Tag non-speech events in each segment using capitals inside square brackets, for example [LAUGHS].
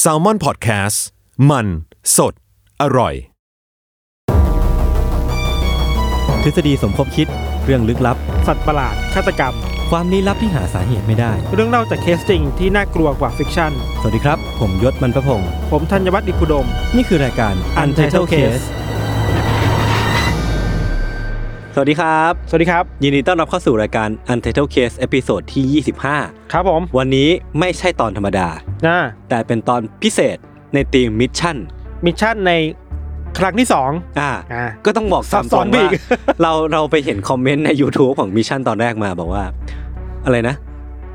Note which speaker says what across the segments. Speaker 1: แซลมอนพอดแคสต์มันสดอร่อย
Speaker 2: ทฤษฎีสมคบคิด เรื่องลึกลับ
Speaker 3: สัตว์ประหลาด ฆาตกรรม
Speaker 2: ความลี้ลับที่หาสาเหตุไม่ได้
Speaker 3: เรื่องเล่าจากเคสจริงที่น่ากลัวกว่าฟิกชั่น
Speaker 2: สวัสดีครับ ผมยศมันประพงศ์
Speaker 3: ผมธัญวัฒน์อิพุดม
Speaker 2: นี่คือรายการ Untitled Case สวัสดีครับ
Speaker 3: สวัสดีครับ
Speaker 2: ยินดีต้อนรับเข้าสู่รายการ Untitled Case เอพิโซดที่ 25
Speaker 3: ครับผม
Speaker 2: วันนี้ไม่ใช่ตอนธรรมดา
Speaker 3: นะ
Speaker 2: แต่เป็นตอนพิเศษในทีมมิชชั่น
Speaker 3: มิชชั่นในครั้งที่สอง
Speaker 2: อ่า
Speaker 3: อ่า
Speaker 2: ก็ต้องบอก
Speaker 3: ซั
Speaker 2: ตา
Speaker 3: บ
Speaker 2: มต
Speaker 3: ซ้อ
Speaker 2: อน น
Speaker 3: ไป
Speaker 2: ว่า
Speaker 3: อีก
Speaker 2: เราเราไปเห็นคอมเมนต์ใน YouTube ของมิชชั่นตอนแรกมาบอกว่า อะไรนะ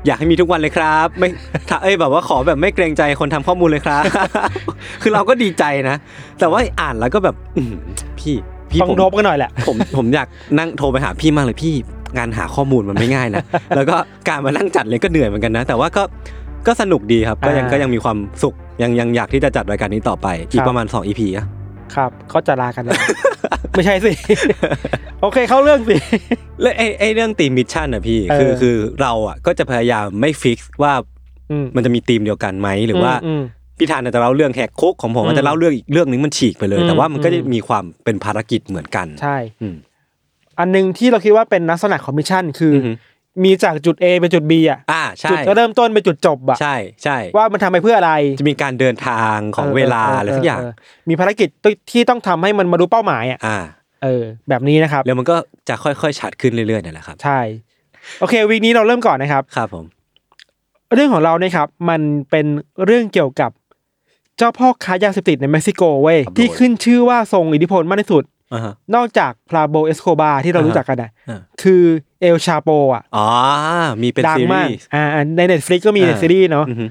Speaker 2: อยากให้มีทุกวันเลยครับ ไม่ถ้าเอ้ยแบบว่าขอแบบไม่เกรงใจคนทำข้อมูลเลยครับ [LAUGHS] คือเราก็ดีใจนะ แต่ว่าอ่านแล้วก็แบบอื้อหือพี่พี่
Speaker 3: ต้อง
Speaker 2: ผม
Speaker 3: ทบกันหน่อยแหละ
Speaker 2: ผมผมอยากนั่งโทรไปหาพี่มากเลยพี่งานหาข้อมูลมันไม่ง่ายนะ [LAUGHS] แล้วก็การมานั่งจัดเลยก็เหนื่อยเหมือนกันนะ แต่ว่าก็ก็สนุกดีครับ ก็ยัง
Speaker 3: อ่า
Speaker 2: ก็ยังมีความสุขยังยังอยากที่จะจัดรายการนี้ต่อไป อีก
Speaker 3: ครับ
Speaker 2: ประมาณ 2 EP อะ
Speaker 3: ครับเขาจะลา
Speaker 2: [LAUGHS]
Speaker 3: กันแล้ว ไม่ใช่สิ โอเคเข้าเรื่องสิ
Speaker 2: และไอ้ไอ้เรื่องตีมมิชชั่นอ่ะพี่
Speaker 3: เออ
Speaker 2: คือคือเราอ่ะก็จะพยายามไม่ฟิกซ์ว่า
Speaker 3: อื
Speaker 2: มันจะมีธีมเดียวกันไหมหรือว่า
Speaker 3: อืม
Speaker 2: พี่ธานอาจจะเล่าเรื่องแหกคุกของผม
Speaker 3: อืม
Speaker 2: อาจจะเล่าเรื่องอีกเรื่องนึงมันฉีกไปเลย
Speaker 3: อืม
Speaker 2: แต่ว่ามันก็จะ
Speaker 3: อืม
Speaker 2: มีความเป็นภารกิจเหมือนกัน
Speaker 3: ใช่
Speaker 2: อืม
Speaker 3: อันหนึงที่เราคิดว่าเป็นลักษณะของมิชชั่นคืออ
Speaker 2: อหือ
Speaker 3: มีจากจุด A ไปจุด B อ่ะ
Speaker 2: อ่าใช่
Speaker 3: จุดก็เริ่มต้นไปจุดจบอ่ะ
Speaker 2: ใช่ใช่
Speaker 3: ว่ามันทำไปเพื่ออะไร
Speaker 2: จะมีการเดินทางของเวลาอะไรสักอย่าง
Speaker 3: เเมีภารกิจที่ต้องทำให้มันมารู้เป้าหมายอ่ะ
Speaker 2: อ่า
Speaker 3: เออ แบบนี้นะครับ
Speaker 2: แล้วมันก็จะค่อยๆชัดขึ้นเรื่อยๆนั่นแหละครับ
Speaker 3: ใช่ โอเควีคนี้เราเริ่มก่อนนะครับ
Speaker 2: ครับผม
Speaker 3: เรื่องของเราเนี่ยครับ มันเป็นเรื่องเกี่ยวกับเจ้าพ่อค้ายาเสพติดในเม็กซิโกเว้ยที่ขึ้นชื่อว่าทรงอิทธิพลมากที่สุด
Speaker 2: อ่าฮะ
Speaker 3: นอกจากพลาโบเอสโคบาที่เรา
Speaker 2: อ่าฮะ
Speaker 3: รู้จักกันอ่ะ
Speaker 2: อ่า
Speaker 3: คือเอลชาโปอ่ะ
Speaker 2: อ๋อมีเป็น
Speaker 3: ดัง
Speaker 2: ซี
Speaker 3: มา
Speaker 2: รี
Speaker 3: ก
Speaker 2: ส์
Speaker 3: อ่าอ่าในเน็ตฟลิกก็มี
Speaker 2: อ่า
Speaker 3: ในซีรีส์เนาะ
Speaker 2: อือฮึ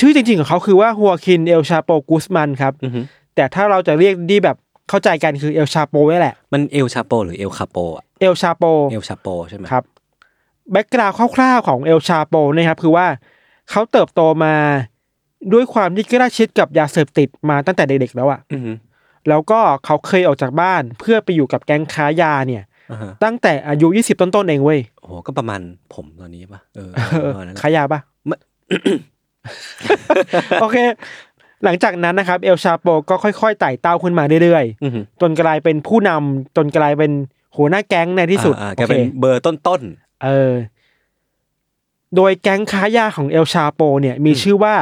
Speaker 3: ชื่อจริงๆของเขาคือว่าฮัวคินเอลชาโปกูสมันครับ
Speaker 2: อือฮึ
Speaker 3: แต่ถ้าเราจะเรียกดีแบบเข้าใจกันคือเอลชาโปนี่แหละ
Speaker 2: มันเอลชาโปหรือเอลคาโปอ่ะ
Speaker 3: เอลชาโป
Speaker 2: เอลชาโปใช่ไหม
Speaker 3: ครับแบ็กกราวคร่าวๆของเอลชาโปนะครับคือว่าเขาเติบโตมาด้วยความที่ใกล้ชิดกับยาเสพติดมาตั้งแต่เด็กๆแล้วอะ
Speaker 2: อือฮึ
Speaker 3: แล้วก็เขาเคยออกจากบ้านเพื่อไปอยู่กับแก๊งค้ายาเนี่ย
Speaker 2: อ่าฮะ
Speaker 3: ตั้งแต่อายุ 20 ต้นๆเองเว้ย
Speaker 2: โอ้โหก็ประมาณผมตอนนี้ป่ะ เอ
Speaker 3: [LAUGHS]
Speaker 2: อประมาณนั้นแหละ
Speaker 3: [COUGHS] ค้ายาปะ
Speaker 2: ไม่
Speaker 3: โอเค หลังจากนั้นนะครับเอลชาโปก็ค่อยๆไต่เต้าขึ้นมาเรื่อย
Speaker 2: อือหือ
Speaker 3: ๆจนกลายเป็นผู้นำจนกลายเป็นหัวหน้าแก๊งในที่สุด
Speaker 2: อ่าอ่าแก
Speaker 3: โอ
Speaker 2: เป็น
Speaker 3: เค
Speaker 2: เบอร์ต้นต้น
Speaker 3: เออ โดยแก๊งค้ายาของเอลชาโป เนี่ย มี
Speaker 2: อืม
Speaker 3: ชื่อว่า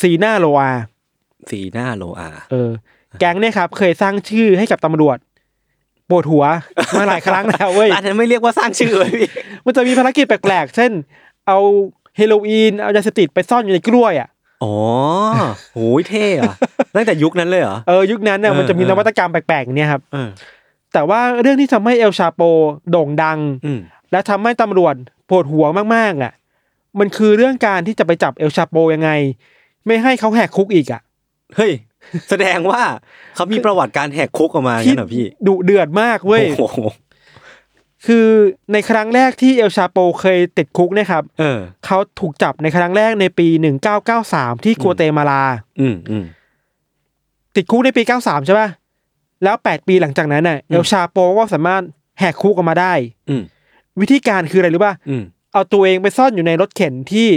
Speaker 3: ซีนาโลอา
Speaker 2: ๆสีหน้าโลอา
Speaker 3: เออ แก๊งเนี่ยครับ เคยสร้างชื่อให้กับตำรวจปวดหัว มาหลายครั้งแล้ว
Speaker 2: [LAUGHS]
Speaker 3: เว้ย
Speaker 2: อันนั้นไม่เรียกว่าสร้างชื่อเลยพี่
Speaker 3: มันจะมีภารกิจแปลกๆ เช่น เอาเฮโรอีน เอายาเสพติดไปซ่อนอยู่ในกล้วยอ่ะ
Speaker 2: อ๋อโหยเท่
Speaker 3: [LAUGHS]
Speaker 2: อะตั้งแต่ยุคนั้นเลยเหรอ
Speaker 3: เออ ยุคนั้นเนี่ย
Speaker 2: เออ
Speaker 3: มันจะมี
Speaker 2: เออ
Speaker 3: นวัตกรรมแปลกๆอย่างเนี่ยครับ
Speaker 2: เออ
Speaker 3: แต่ว่าเรื่องที่ทำให้เอลชาโปโด่งดัง
Speaker 2: อืม
Speaker 3: และทำให้ตำรวจปวดหัวมากๆอ่ะ มันคือเรื่องการที่จะไปจับเอลชาโปยังไง ไม่ให้เขาแหกคุกอีกอ่ะ
Speaker 2: เฮ้ย แสดงว่าเขามีประวัติการแหกคุกออกมาอย่าง
Speaker 3: ที่
Speaker 2: นั้นเหรอพี่
Speaker 3: ดุเดือดมากเว้ย
Speaker 2: โอ้โห
Speaker 3: คือในครั้งแรกที่เอลชาโปเคยติดคุกเนะครับ
Speaker 2: เออ
Speaker 3: เขาถูกจับในครั้งแรกในปี 1993 ที่กัวเตมาลา
Speaker 2: อืมอืม
Speaker 3: ติดคุกในปี 93 ใช่ป่ะ แล้ว 8 ปีหลังจากนั้นน่ะ
Speaker 2: อืม
Speaker 3: เอลชาโปก็สามารถแหกคุกออกมาได้
Speaker 2: อืม
Speaker 3: วิธีการคืออะไรรู้ป่ะ
Speaker 2: อืม
Speaker 3: เอาตัวเองไปซ่อนอยู่ในรถเข็นที่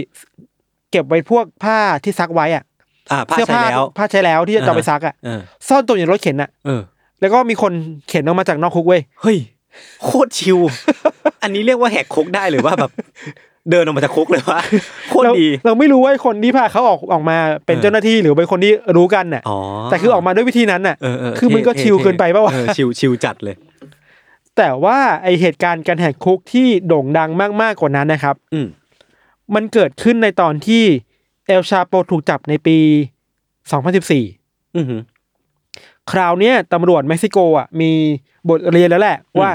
Speaker 3: เก็บไว้พวกผ้าที่ซักไว้อะ
Speaker 2: อ่าผ้า
Speaker 3: เสื้อ
Speaker 2: ใช้
Speaker 3: ผ้า
Speaker 2: แล้ว
Speaker 3: ผ้าใช้แล้วที่จะ
Speaker 2: อ่า
Speaker 3: เอาไปซักอะ
Speaker 2: เออ
Speaker 3: ซ่อนตัวอยู่ในรถเข็นอะ
Speaker 2: เออ
Speaker 3: แล้วก็มีคนเข็นออกมาจากนอกคุกเว้ย [LAUGHS]
Speaker 2: เฮ้ย โคตรชิว อันนี้เรียกว่าแหกคุกได้หรือว่าแบบ [LAUGHS] เดินออกมาจากคุกเลย
Speaker 3: [LAUGHS]
Speaker 2: ว่าโคตร
Speaker 3: เรา
Speaker 2: ดี
Speaker 3: เราไม่รู้ว่าไอ้คนที่พาเขาออกออกมาเป็น
Speaker 2: เออ
Speaker 3: เจ้าหน้าที่หรือเป็นคนที่รู้กันน่ะ
Speaker 2: อ๋อ
Speaker 3: แต่คือออกมาด้วยวิธีนั้นน่ะ
Speaker 2: เเ
Speaker 3: คือมันก็
Speaker 2: ท่
Speaker 3: ชิลเกินไปปะวะ
Speaker 2: ออชิลชิลจัดเลย
Speaker 3: แต่ว่าไอเหตุการณ์การแหกคุกที่โด่งดังมากๆกว่านั้นนะครับ
Speaker 2: อืม
Speaker 3: มันเกิดขึ้นในตอนที่เอลชาโปถูกจับในปี 2014
Speaker 2: อือหือ
Speaker 3: คราวเนี้ยตำรวจเม็กซิโกอ่ะมีบทเรียนแล้วแหละ
Speaker 2: อืม
Speaker 3: ว่า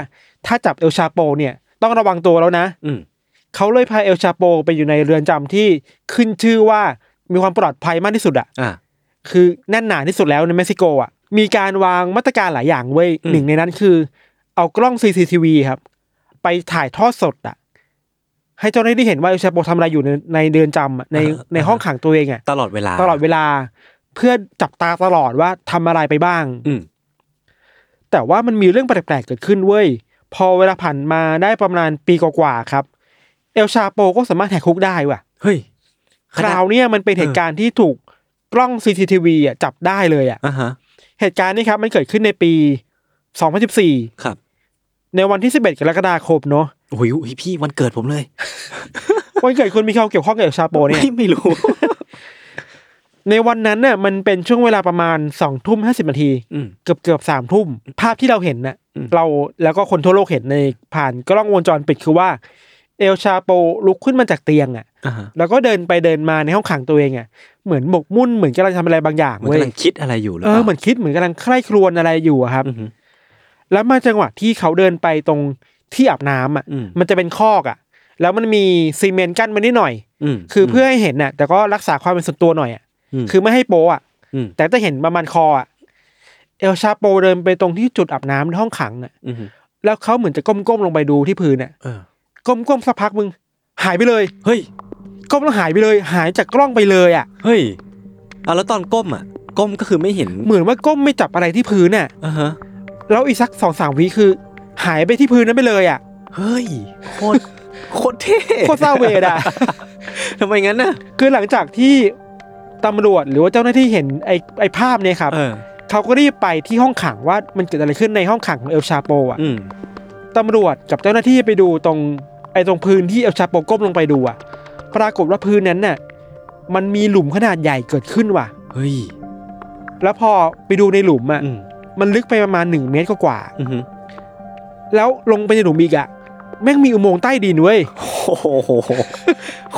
Speaker 3: ถ้าจับเอลชาโปเนี่ยต้องระวังตัวแล้วนะ
Speaker 2: อืม
Speaker 3: เขาเลยพาเอลชาโปไปอยู่ในเรือนจำที่ขึ้นชื่อว่ามีความปลอดภัยมากที่สุดอ่ะ
Speaker 2: อ่ะ
Speaker 3: คือแน่นหนาที่สุดแล้วในเม็กซิโกอ่ะมีการวางมาตรการหลายอย่างเว้ย
Speaker 2: อืม
Speaker 3: หนึ่งในนั้นคือ เอากล้อง CCTV ครับ ไปถ่ายทอดสดอ่ะ ให้เจ้าหน้าที่เห็นว่าเอลชาโปทำอะไรอยู่ในในเดือนจำอะในในห้องขังตัวเองอ่ะ
Speaker 2: ตลอดเวลา
Speaker 3: ตลอดเวลาเพื่อจับตาตลอดว่าทำอะไรไปบ้าง
Speaker 2: อืม
Speaker 3: แต่ว่ามันมีเรื่องแปลกๆเกิดขึ้นเว้ย พอเวลาผ่านมาได้ประมาณปีกว่าๆครับ เอลชาโปก็สามารถแหกคุกได้ว่ะ
Speaker 2: เฮ้ย
Speaker 3: คราวเนี้ยมันเป็นเหตุการณ์ที่ถูกกล้อง CCTV อ่ะจับได้เลยอ่ะ
Speaker 2: อ่ะฮะ
Speaker 3: เหตุการณ์นี้ครับมันเกิดขึ้นในปี 2014
Speaker 2: ครับ
Speaker 3: ในวันที่ 11 กรกฎาคมเนาะ
Speaker 2: โอ้ยอุ๊ยพี่วันเกิดผมเลย
Speaker 3: วันเกิดคุณมีเขามเกี่ยวข้องกับเอลชาโปเนี่ย
Speaker 2: ไม่ไม่
Speaker 3: [LAUGHS]
Speaker 2: รู้
Speaker 3: ในวันนั้นน่ะมันเป็นช่วงเวลาประมาณ2ทุ่ม50นาที
Speaker 2: อืม
Speaker 3: เกือบเกือบสามทุ่ม ภาพที่เราเห็นน่ะ
Speaker 2: อืม
Speaker 3: เราแล้วก็คนทั่วโลกเห็นในผ่านกล้องวงจรปิดคือว่า เอลชาโปลุกขึ้นมาจากเตียงอ่ะ
Speaker 2: อ่ะฮะ
Speaker 3: แล้วก็เดินไปเดินมาในห้องขังตัวเองอ่ะ เหมือนหมกมุ่นเหมือนกำลังทำอะไรบางอย่าง
Speaker 2: มัน
Speaker 3: เว้ย
Speaker 2: กำลังคิดอะไรอยู่หรือ
Speaker 3: เอ
Speaker 2: เป
Speaker 3: อ
Speaker 2: ล่า
Speaker 3: เหมือนคิดเหมือนกำลังใคร่ครวญอะไรอยู่อะครับ
Speaker 2: อือหือ
Speaker 3: แล้วมาจังหวะที่เขาเดินไปตรงที่อาบน้ำอ่ะ
Speaker 2: อืม
Speaker 3: มันจะเป็นคอกอ่ะ แล้วมันมีซีเมนต์กั้นมานิดหน่อย
Speaker 2: อืม
Speaker 3: คือเพื่อให้เห็นน่ะ แต่ก็รักษาความเป็นส่วนตัวหน่อยอ่ะ
Speaker 2: ม
Speaker 3: คือไม่ให้โปะอ่ะ
Speaker 2: ม
Speaker 3: แต่จะเห็นประมาณคออ่ะ เอลชาโปเดินไปตรงที่จุดอาบน้ำในห้องขังอ่ะ
Speaker 2: อือหือ
Speaker 3: แล้วเขาเหมือนจะก้มๆลงไปดูที่พื้นอ่ะ
Speaker 2: เออ
Speaker 3: ก้มๆสักพักมึง หายไปเลย
Speaker 2: เฮ้ย
Speaker 3: ก้มแล้วหายไปเลย หายจากกล้องไปเลยอ่ะ
Speaker 2: เฮ้ยเอาแล้วตอนก้มอ่ะ ก้มก็คือไม่เห็น
Speaker 3: เหมือนว่าก้มไม่จับอะไรที่พื้นน่ะ
Speaker 2: อ่ะฮะ
Speaker 3: แล้วอีกสักสองสามวิคือ หายไปที่พื้นนั้นไปเลยอ่ะ
Speaker 2: เฮ้ย โคตร โคตรเท่
Speaker 3: [LAUGHS] โคตรเศร้าเวดอ่ะ
Speaker 2: [LAUGHS] ทำไมงั้นน่ะ
Speaker 3: คือหลังจากที่ตำรวจหรือว่าเจ้าหน้าที่เห็นไอ้ไอ้ภาพเนี่ยครับ
Speaker 2: เออ
Speaker 3: เขาก็รีบไปที่ห้องขังว่ามันเกิดอะไรขึ้นในห้องขังของเอลชาโปอ่ะ
Speaker 2: อืม
Speaker 3: ตำรวจกับเจ้าหน้าที่ไปดูตรงไอ้ตรงพื้นที่เอลชาโปก้มลงไปดูอ่ะ ปรากฏว่าพื้นนั้นน่ะมันมีหลุมขนาดใหญ่เกิดขึ้นว่ะ
Speaker 2: เฮ้ย
Speaker 3: แล้วพอไปดูในหลุมอ่ะ
Speaker 2: อืม
Speaker 3: มันลึกไปประมาณหนึ่งเมตรกว่า
Speaker 2: อือหือ
Speaker 3: ๆแล้วลงไปในหลุมอีกอ่ะแม่งมีอุโมงค์ใต้ดินเว้ย
Speaker 2: โอ้โห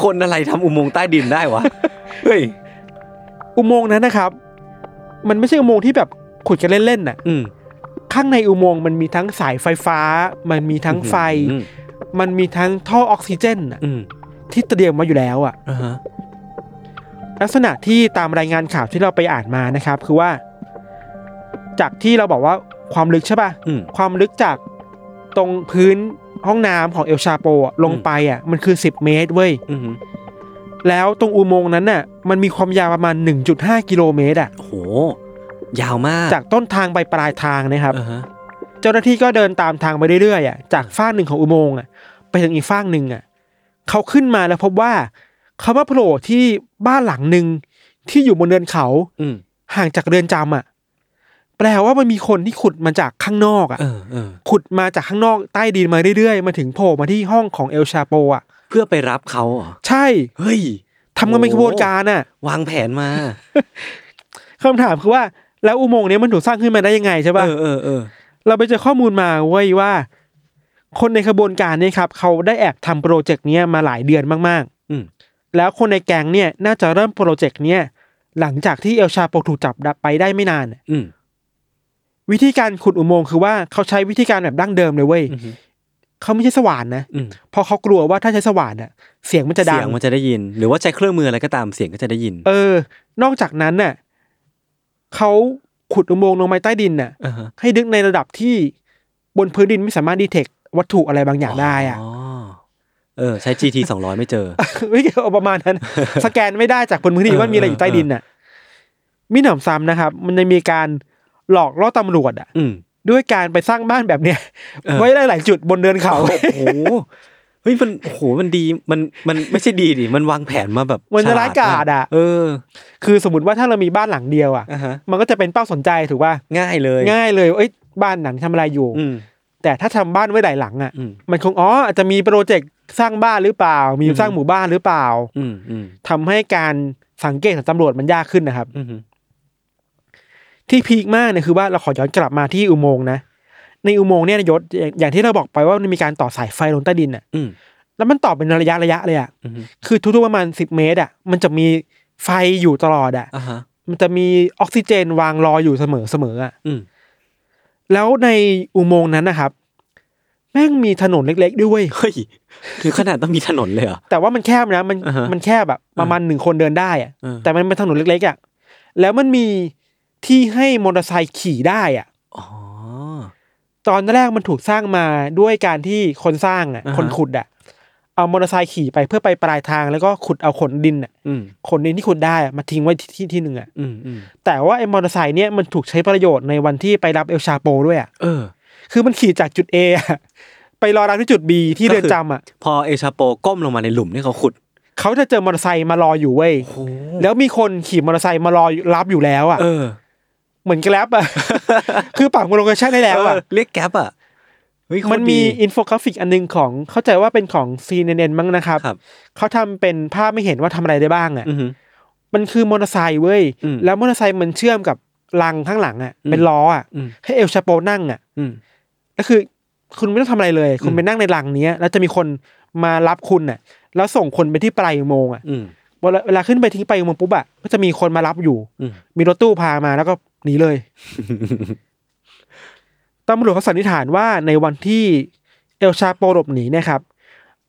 Speaker 2: คนอะไรทำอุโมงค์ใต้ดินได้วะ เฮ้ย
Speaker 3: อุโมงค์นั้นนะครับ มันไม่ใช่อุโมงค์ที่แบบขุดกันเล่นๆน่ะ
Speaker 2: อืม
Speaker 3: ข้างในอุโมงค์มันมีทั้งสายไฟฟ้า มันมีทั้งไฟ
Speaker 2: อืม
Speaker 3: มันมีทั้งท่อออกซิเจนน่ะ
Speaker 2: อืม
Speaker 3: ที่เตรียมมาอยู่แล้วอ่ะ
Speaker 2: อ่ะฮะ
Speaker 3: ลักษณะที่ตามรายงานข่าวที่เราไปอ่านมานะครับ คือว่า จากที่เราบอกว่าความลึกใช่ป่ะ
Speaker 2: อืม
Speaker 3: ความลึกจากตรงพื้นห้องน้ำของเอลชาโปอะลงไปอ่ะ มันคือ 10 เมตรเว้ย
Speaker 2: อือหือ
Speaker 3: แล้วตรงอุโมงค์นั้นน่ะ มันมีความยาวประมาณ 1.5 กิโลเมตรอ่ะ
Speaker 2: โอ้โห ยาวมาก
Speaker 3: จากต้นทางไปปลายทางนะครับ
Speaker 2: อ่าฮะ
Speaker 3: เจ้าหน้าที่ก็เดินตามทางไปเรื่อยๆอ่ะจากฟากหนึ่งของอุโมงค์อ่ะไปถึงอีกฟากหนึ่งอ่ะเขาขึ้นมาแล้วพบว่าเขามาโผล่ที่บ้านหลังหนึ่งที่อยู่บนเนินเขา
Speaker 2: อืม
Speaker 3: ห่างจากเรือนจำอ่ะ แปลว่ามันมีคนที่ขุดมาจากข้างนอกอ่ะ
Speaker 2: เออเออ
Speaker 3: ขุดมาจากข้างนอกใต้ดินมาเรื่อยๆ มาถึงโผล่มาที่ห้องของเอลชาโปอ่ะ
Speaker 2: เพื่อไปรับเขาเหรอ
Speaker 3: ใช่
Speaker 2: เฮ้ย
Speaker 3: ทำกันเป็นขบวนการอ่ะ
Speaker 2: วางแผนมา
Speaker 3: คำถามคือว่า แล้วอุโมงค์เนี้ยมันถูกสร้างขึ้นมาได้ยังไงใช่
Speaker 2: เอ
Speaker 3: ป่ะ
Speaker 2: อเออเออ
Speaker 3: เราไปเจอข้อมูลมาเว้ยว่า คนในขบวนการเนี่ยครับ เขาได้แอบทำโปรเจกต์เนี้ยมาหลายเดือนมาก
Speaker 2: อืม
Speaker 3: ๆ แล้วคนในแก๊งเนี่ยน่าจะเริ่มโปรเจกต์เนี้ยหลังจากที่เอลชาโปถูกจับไปได้ไม่นาน
Speaker 2: อืม
Speaker 3: วิธีการขุดอุโมงค์คือว่าเขาใช้วิธีการแบบดั้งเดิมเลยเว้ย
Speaker 2: อือฮึ
Speaker 3: เขาไม่ใช่สว่านนะ
Speaker 2: อืม
Speaker 3: เพราะเขากลัวว่าถ้าใช้สว่านอะเสียงมันจะดั
Speaker 2: เสีย
Speaker 3: ง
Speaker 2: งมันจะได้ยิน หรือว่าใช้เครื่องมืออะไรก็ตามเสียงก็จะได้ยิน
Speaker 3: เออ นอกจากนั้นน่ะเขาขุดอุโมงค์ลงไปใต้ดินน่ะ
Speaker 2: อ่าฮะ
Speaker 3: ให้ดึกในระดับที่บนพื้นดินไม่สามารถดีเทควัตถุอะไรบางอย่างได้อะ
Speaker 2: เออ ใช้ GT สองร้อยไม่เจอ
Speaker 3: ไม่เกี่ยวกับประมาณ
Speaker 2: [LAUGHS]
Speaker 3: นั้น สแกนไม่ได้จากบนพื้นที่
Speaker 2: เออ
Speaker 3: ว่ามีอะไรอยู่ใต้ดินน่ะมีหนำซ้ำนะครับ มันยังมีการหลอกล่อตำรวจอ่ะ
Speaker 2: อืม
Speaker 3: ด้วยการไปสร้างบ้านแบบเนี้ย
Speaker 2: เออ
Speaker 3: ไว้ได้หลายจุดบนเดินเขา
Speaker 2: โอ้โหเฮ้ยมันโอ้โหมันดีมันมันไม่ใช่ดีดิมันวางแผนมาแบบ
Speaker 3: มันจะ
Speaker 2: ฉลด
Speaker 3: ร้ายกาจอะ
Speaker 2: เออ
Speaker 3: [LAUGHS] คือสมมติว่าถ้าเรามีบ้านหลังเดียวอ่ะ
Speaker 2: อ่ะฮะ
Speaker 3: มันก็จะเป็นเป้าสนใจถูกป่ะ
Speaker 2: ง่ายเลย
Speaker 3: ง่ายเลยเอ้ยบ้านหลังทำอะไรอยู่
Speaker 2: อืม
Speaker 3: แต่ถ้าทำบ้านไว้หลายหลังอ่ะ
Speaker 2: อืม
Speaker 3: มันคงอ๋ออาจจะมีโปรเจกต์ สร้างบ้านหรือเปล่า มี
Speaker 2: อืม
Speaker 3: สร้างหมู่บ้านหรือเปล่า
Speaker 2: อืมอืม
Speaker 3: ทำให้การสังเกตของตำรวจมันยากขึ้นนะครับ
Speaker 2: อืม
Speaker 3: ที่พีคมากเนี่ยคือว่าเราขอย้อนกลับมาที่อุโมงค์นะ ในอุโมงค์เนี่ยนะยศอย่างอย่างที่เราบอกไปว่ามันมีการต่อสายไฟลงใต้ดินอ่ะ
Speaker 2: อืม
Speaker 3: แล้วมันต่อเป็นระยะระยะเลยอ่ะ
Speaker 2: อืม
Speaker 3: คือทุกๆประมาณสิบเมตรอ่ะ มันจะมีไฟอยู่ตลอดอ่ะ
Speaker 2: อ่าฮะ
Speaker 3: มันจะมีออกซิเจนวางรออยู่เสมอเสมออ่ะ
Speaker 2: อืม
Speaker 3: แล้วในอุโมงค์นั้นนะครับ แม่งมีถนนเล็กๆด้วยเวย
Speaker 2: เฮ้ยถึงขนาดต้องมีถนนเลยเหรอ
Speaker 3: แต่ว่ามันแคบนะ มัน
Speaker 2: อ่าฮะ
Speaker 3: มันแคบแบบประมาณหนึ่งคนเดินได้อ่ะ
Speaker 2: อ่า
Speaker 3: แต่มันเป็นถนนเล็กๆอ่ะ แล้วมันมีที่ให้มอเตอร์ไซค์ขี่ได้อ่ะ
Speaker 2: อ๋อ
Speaker 3: ตอนแรกมันถูกสร้างมาด้วยการที่คนสร้างอ่ะ
Speaker 2: อ่าฮะ
Speaker 3: คนขุดอ่ะ เอามอเตอร์ไซค์ขี่ไปเพื่อไปปลายทางแล้วก็ขุดเอาขนดินอ่ะ
Speaker 2: อืม
Speaker 3: ขนดินที่ขุดได้อะมาทิ้งไว้ที่ที่ที่หนึ่งอ่ะ
Speaker 2: อืมอืม
Speaker 3: แต่ว่าไอ้มอเตอร์ไซค์เนี่ยมันถูกใช้ประโยชน์ในวันที่ไปรับเอลชาโปด้วยอ่ะ
Speaker 2: เออ
Speaker 3: คือมันขี่จากจุด A อะไปรอรับที่จุด B ที่เรือนจำอ่ะ
Speaker 2: พอเอชาโปก้มลงมาในหลุมที่เขาขุด
Speaker 3: เขาจะเจอมอเตอร์ไซค์มารออยู่เว้ย แล้วมีคนขี่มอเตอร์ไซค์มารอรับอยู่แล้วอ่ะ
Speaker 2: เออ
Speaker 3: เหมือนแกล็บ
Speaker 2: [LAUGHS]
Speaker 3: อ่ะ คือปรับโลเคชั่นได้แล้วอ่ะ
Speaker 2: เออเรียกแก๊ปอ่ะเฮ้ยโคตร
Speaker 3: มันมี
Speaker 2: ดี
Speaker 3: อินโฟกราฟิกอันนึงของเข้าใจว่าเป็นของ CNN มั้งนะครับ
Speaker 2: ครับ
Speaker 3: เขาทำเป็นภาพไม่เห็นว่าทำอะไรได้บ้างอ่ะ
Speaker 2: อือหือ
Speaker 3: มันคือมอเตอร์ไซค์เว้ย
Speaker 2: อืม
Speaker 3: แล้วมอเตอร์ไซค์มันเชื่อมกับรังข้างหลังอ่ะ
Speaker 2: อืม
Speaker 3: เป็นล้ออ่ะ
Speaker 2: อืม
Speaker 3: ให้เอลชาโปนั่งอ่ะ
Speaker 2: อืม
Speaker 3: ก็คือคุณไม่ต้องทำอะไรเลย คุณไปนั่งในรังเนี้ย แล้วจะมีคนมารับคุณน่ะ แล้วส่งคนไปที่ปลายอุโมงค์อ่ะ
Speaker 2: อืม
Speaker 3: เวลาเวลาขึ้นไปทิ้งปลายอุโมงค์ปุ๊บอ่ะก็จะมีคนมารับอยู่
Speaker 2: อืม
Speaker 3: มีรถตู้พามาแล้วก็หนีเลย
Speaker 2: [LAUGHS]
Speaker 3: ตำรวจเขาสันนิษฐานว่าในวันที่เอลชาโปหลบหนีเนะครับ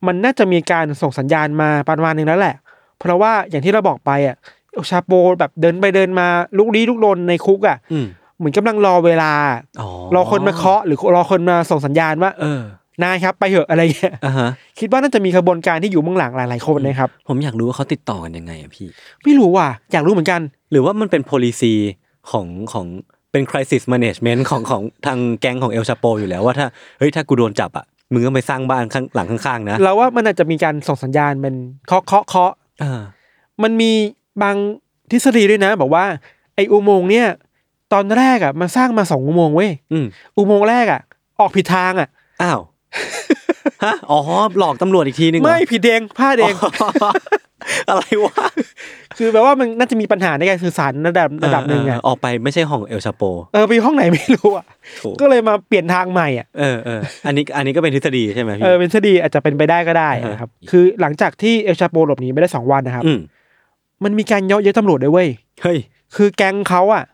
Speaker 3: มันน่าจะมีการส่งสัญญาณมาประมาณหนึงแล้วแหละ เพราะว่าอย่างที่เราบอกไปอ่ะเอลชาโปแบบเดินไปเดินมาลุกลี้ลุกลนในคุกอ่ะ
Speaker 2: อืม
Speaker 3: เหมือนกำลังรอเวลา
Speaker 2: อ๋อ
Speaker 3: รอคนมาเคาะหรือรอคนมาส่งสัญญาณว่า
Speaker 2: เออน
Speaker 3: ายครับไปเหอะอะไรเงี้ย
Speaker 2: อ่าฮะ
Speaker 3: คิดว่าน่าจะมีขบวนการที่อยู่เบื้องหลังหลายๆคนนะครับ
Speaker 2: ผมอยากรู้ว่าเขาติดต่อกันยังไงอะพี่
Speaker 3: ไม่รู้ว่ะอยากรู้เหมือนกัน
Speaker 2: หรือว่ามันเป็น policy ของของเป็น crisis management ของของทางแก๊งของเอลชาโปอยู่แล้วว่าถ้าเฮ้ยถ้ากูโดนจับอ่ะมึงก็ไปสร้างบ้านข้างหลังข้างๆนะ
Speaker 3: เราว่ามันอาจจะมีการส่งสัญญาณเป็นเคาะเคาะเคาะ
Speaker 2: อ่า
Speaker 3: มันมีบางทฤษฎีด้วยนะ บอกว่าไออุโมงค์เนี่ย ตอนแรกอ่ะมันสร้างมาสองอุโมงค์เว้ย
Speaker 2: อืม
Speaker 3: อุโมงค์แรกอ่ะ ออกผิดทางอ่ะ
Speaker 2: อ้าวฮะอ๋อหลอกตำรวจอีกทีนึงเหรอ
Speaker 3: ไม่ผิดเองพลาดเอง
Speaker 2: อ๋ [LAUGHS] ออะไรวะ
Speaker 3: คือแปลว่ามันน่าจะมีปัญหาในการสื่อสารระดับระดับหนึ่งอ่ะ
Speaker 2: เออกไปไม่ใช่ของเอลชาโป
Speaker 3: เออไปห้องไหนไม่รู้อ่ะ
Speaker 2: โถ
Speaker 3: ก็เลยมาเปลี่ยนทางใหม่อ่ะ
Speaker 2: เออเอออันนี้อันนี้ก็เป็นทฤษฎีใช่ไหมพี่
Speaker 3: เออเป็นทฤษฎีอาจจะเป็นไปได้ก็ได้
Speaker 2: อ่าฮะ
Speaker 3: นะครับ คือหลังจากที่เอลชาโปหลบหนีไปได้สองวันนะครับ
Speaker 2: อืม
Speaker 3: มันมีการเยาะเย้ยตำรวจด้วยเว้ย
Speaker 2: เฮ้ย [LAUGHS]
Speaker 3: คือแก๊งเขาอะ